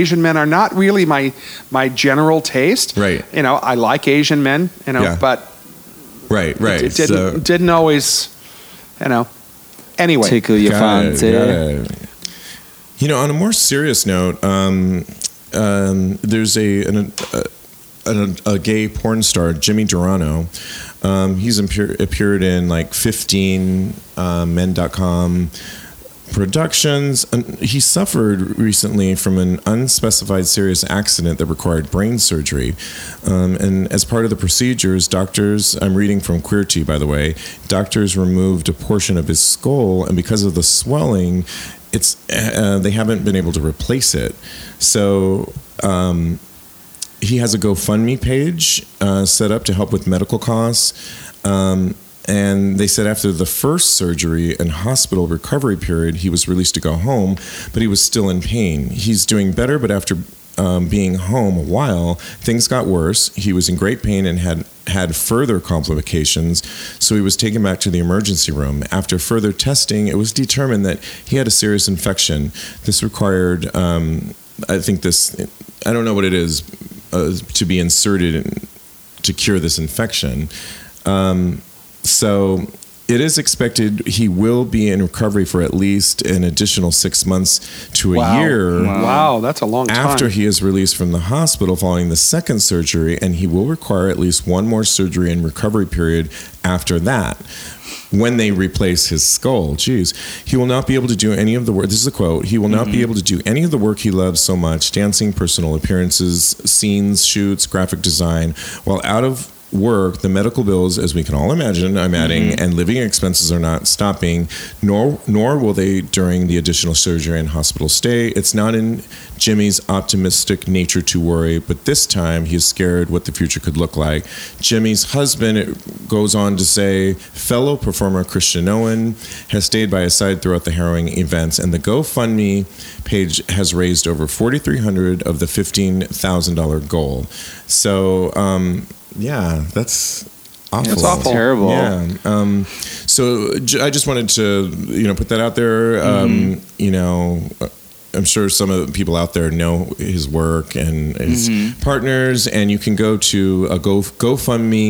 Speaker 3: Asian men are not really my my general taste.
Speaker 2: Right.
Speaker 3: You know, I like Asian men. You know,
Speaker 2: Yeah.
Speaker 3: but
Speaker 2: right, right.
Speaker 3: it didn't didn't always. You know. Anyway,
Speaker 4: Tickle your
Speaker 2: Got it,
Speaker 4: fancy.
Speaker 2: got it. You know, on a more serious note, um, um, there's a an, a, an, a gay porn star, Jimmy Durano. Um, he's appear, appeared in like 15 uh, men.com productions. And he suffered recently from an unspecified serious accident that required brain surgery. Um, and as part of the procedures, doctors, I'm reading from Queerty, by the way, doctors removed a portion of his skull, and because of the swelling, it's uh, they haven't been able to replace it. So um, he has a GoFundMe page uh, set up to help with medical costs. Um, and they said after the first surgery and hospital recovery period, he was released to go home, but he was still in pain. He's doing better, but after um, being home a while, things got worse. He was in great pain and had had further complications, so he was taken back to the emergency room. After further testing, it was determined that he had a serious infection. This required, um, I think, this I don't know what it is uh, to be inserted in, to cure this infection. Um, so it is expected he will be in recovery for at least an additional six months to a
Speaker 3: wow,
Speaker 2: year
Speaker 4: uh,
Speaker 3: Wow, that's a long time.
Speaker 2: after he is released from the hospital following the second surgery, and he will require at least one more surgery and recovery period after that. When they replace his skull, geez, he will not be able to do any of the work. This is a quote. He will not
Speaker 3: Mm-hmm.
Speaker 2: be able to do any of the work he loves so much dancing, personal appearances, scenes, shoots, graphic design. While out of work, the medical bills, as we can all imagine, I'm adding,
Speaker 3: Mm-hmm.
Speaker 2: and living expenses are not stopping, nor nor will they during the additional surgery and hospital stay. It's not in Jimmy's optimistic nature to worry, but this time he is scared what the future could look like. Jimmy's husband it goes on to say, fellow performer Christian Owen has stayed by his side throughout the harrowing events, and the GoFundMe page has raised over 4,300 of the $15,000 goal. So, um, yeah, that's awful.
Speaker 3: That's awful.
Speaker 4: Terrible.
Speaker 2: Yeah. Um, so j- I just wanted to, you know, put that out there. Um,
Speaker 3: Mm-hmm.
Speaker 2: You know, uh, I'm sure some of the people out there know his work and his
Speaker 3: Mm-hmm.
Speaker 2: partners, and you can go to uh, go,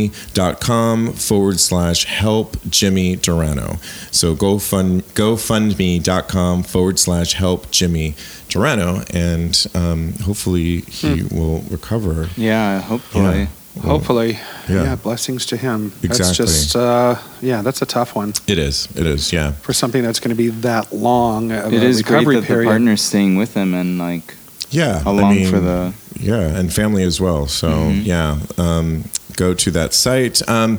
Speaker 2: GoFundMe.com forward slash help Jimmy Durano. So GoFund, GoFundMe.com forward slash help Jimmy Durano, and um, hopefully he will recover.
Speaker 4: Yeah, hopefully.
Speaker 3: Hopefully,
Speaker 2: Yeah.
Speaker 3: yeah. blessings to him.
Speaker 2: Exactly.
Speaker 3: That's just uh, yeah, that's a tough one
Speaker 2: It is. It is. Yeah.
Speaker 3: for something that's going to be that long. Of
Speaker 4: It
Speaker 3: a
Speaker 4: is great
Speaker 3: recovery
Speaker 4: that the
Speaker 3: period.
Speaker 4: partner's staying with him and like
Speaker 2: Yeah. I
Speaker 4: along
Speaker 2: mean,
Speaker 4: for the.
Speaker 2: yeah and family as well so yeah um, go to that site um,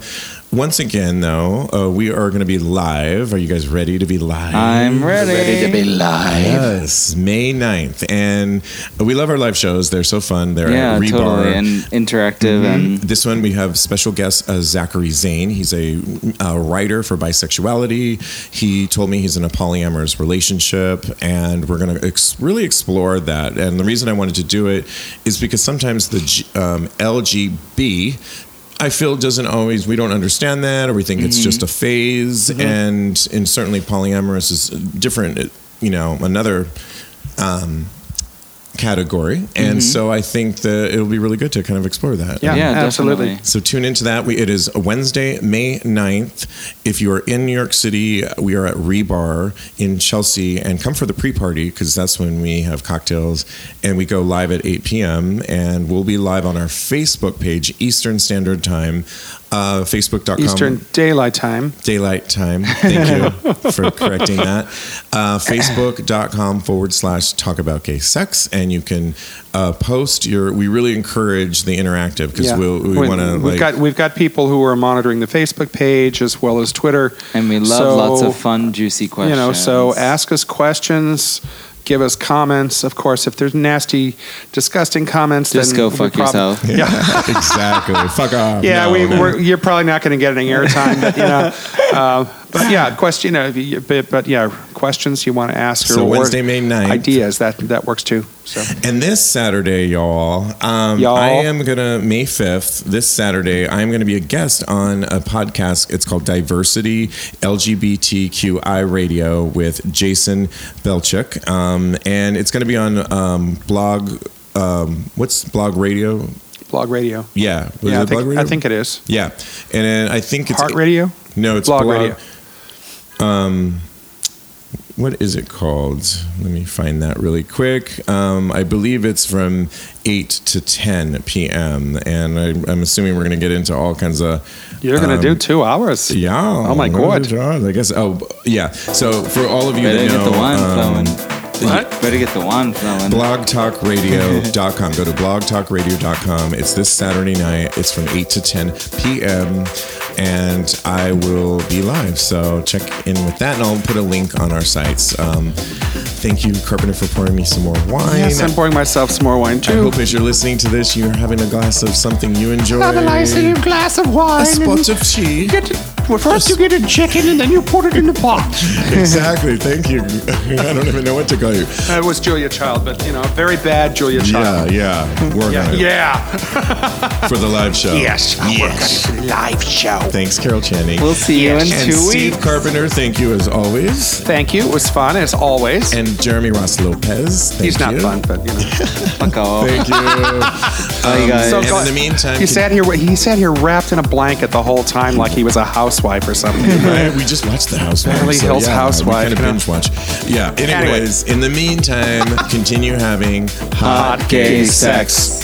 Speaker 2: once again though uh, we are going to be live are you guys ready to be live
Speaker 4: I'm ready.
Speaker 2: Yes, May 9th. And we love our live shows. They're so fun. They're
Speaker 4: Yeah,
Speaker 2: at Rebar.
Speaker 4: totally, and interactive and
Speaker 2: This one we have special guest uh, Zachary Zane. He's a, uh writer for bisexuality. He told me he's in a polyamorous relationship, and we're going to ex- really explore that. And the reason I wanted to do it is because sometimes the G- um, LGB. I feel doesn't always we don't understand that or we think it's just a phase and and uh, certainly polyamorous is different you know another um, category. And so I think that it'll be really good to kind of explore that.
Speaker 3: Yeah,
Speaker 4: Yeah,
Speaker 3: absolutely.
Speaker 4: definitely.
Speaker 2: So tune into that. We, it is Wednesday, May 9th. If you are in New York City, we are at Rebar in Chelsea. And come for the pre party because that's when we have cocktails. And we go live at 8 p.m. And we'll be live on our Facebook page, Eastern Standard Time, uh, facebook.com.
Speaker 3: Eastern Daylight Time.
Speaker 2: Daylight time. Thank you for correcting that. Uh, Facebook.com forward slash talk about gay sex. And you can uh, post your, we really encourage the interactive because we'll, we
Speaker 3: We-
Speaker 2: want to
Speaker 3: we've
Speaker 2: like.
Speaker 3: got we've got people who are monitoring the Facebook page as well as Twitter.
Speaker 4: And we love
Speaker 3: So,
Speaker 4: lots of fun, juicy
Speaker 3: You
Speaker 4: questions.
Speaker 3: know, so ask us questions, give us comments. Of course, if there's nasty, disgusting comments,
Speaker 4: Just
Speaker 3: then
Speaker 4: go
Speaker 3: we
Speaker 4: fuck
Speaker 3: prob-
Speaker 4: yourself.
Speaker 2: yeah, exactly. Fuck off.
Speaker 3: Yeah,
Speaker 2: No,
Speaker 3: we,
Speaker 2: no.
Speaker 3: We're, you're probably not going to get any airtime, but you know, uh, but yeah, question. You know, if you- but, but yeah, questions you want to ask or,
Speaker 2: So
Speaker 3: or
Speaker 2: Wednesday, May 9th.
Speaker 3: ideas that that works too. So
Speaker 2: And this Saturday, y'all, um,
Speaker 3: Y'all.
Speaker 2: I am gonna May fifth. This Saturday, I'm gonna be a guest on a podcast. It's called Diversity LGBTQI Radio with Jason Belchuk, um, and it's gonna be on um, blog. Um, what's blog radio?
Speaker 3: blog radio.
Speaker 2: Yeah, was
Speaker 3: yeah,
Speaker 2: it
Speaker 3: I think,
Speaker 2: blog radio?
Speaker 3: I think it is.
Speaker 2: Yeah, and then I think it's
Speaker 3: Heart radio.
Speaker 2: No, it's
Speaker 3: Blog
Speaker 2: blog,
Speaker 3: radio.
Speaker 2: Um, what is it called? Let me find that really quick. Um, I believe it's from eight to ten p.m. And I, I'm assuming we're going to get into all kinds of
Speaker 3: You're going to
Speaker 2: um,
Speaker 3: do two hours.
Speaker 2: Yeah.
Speaker 3: Oh my God.
Speaker 2: I guess. Oh yeah. So for all of you
Speaker 4: Better
Speaker 2: that
Speaker 4: get
Speaker 2: know,
Speaker 4: the wine
Speaker 2: um,
Speaker 4: flowing. Better get the wine flowing.
Speaker 2: blogtalkradio.com. Go to blogtalkradio.com. It's this Saturday night. It's from 8 to 10 p.m. And I will be live. So check in with that. And I'll put a link on our sites. Um, thank you, Carpenter, for pouring me some more wine.
Speaker 3: Yes, I'm pouring myself some more wine
Speaker 2: I
Speaker 3: too.
Speaker 2: hope as you're listening to this, you're having a glass of something you enjoy.
Speaker 5: Have a nice little glass of wine.
Speaker 2: a spot
Speaker 5: and
Speaker 2: of tea.
Speaker 5: get well, first you get a chicken and then you put it in the pot.
Speaker 2: exactly. Thank you. I don't even know what to call you.
Speaker 3: It was Julia Child, but you know, a very bad Julia
Speaker 2: Yeah,
Speaker 3: Child.
Speaker 2: yeah. We're
Speaker 3: Yeah,
Speaker 2: going
Speaker 3: yeah.
Speaker 2: for the live show.
Speaker 5: Yes, I work on a live show.
Speaker 2: Thanks, Carol Channing.
Speaker 4: We'll see you in
Speaker 2: and
Speaker 4: two
Speaker 2: Steve
Speaker 4: weeks.
Speaker 2: Carpenter, thank you as always.
Speaker 3: Thank you. It was fun as always.
Speaker 2: And Jeremy Ross Lopez. Thank
Speaker 3: He's not
Speaker 2: you.
Speaker 3: fun, but you know.
Speaker 4: Fuck off.
Speaker 2: Thank you.
Speaker 4: Bye,
Speaker 2: Um,
Speaker 4: guys.
Speaker 3: so
Speaker 2: and
Speaker 3: go-
Speaker 2: in the meantime,
Speaker 3: He sat here. He sat here wrapped in a blanket the whole time, like he was a housewife or something.
Speaker 2: Right, we just watched The Housewives.
Speaker 3: Beverly Hills
Speaker 2: yeah, We kind
Speaker 3: Housewife, you
Speaker 2: of
Speaker 3: know.
Speaker 2: binge watch. Yeah. Anyways, in the meantime, continue having hot,
Speaker 4: Hot gay sex.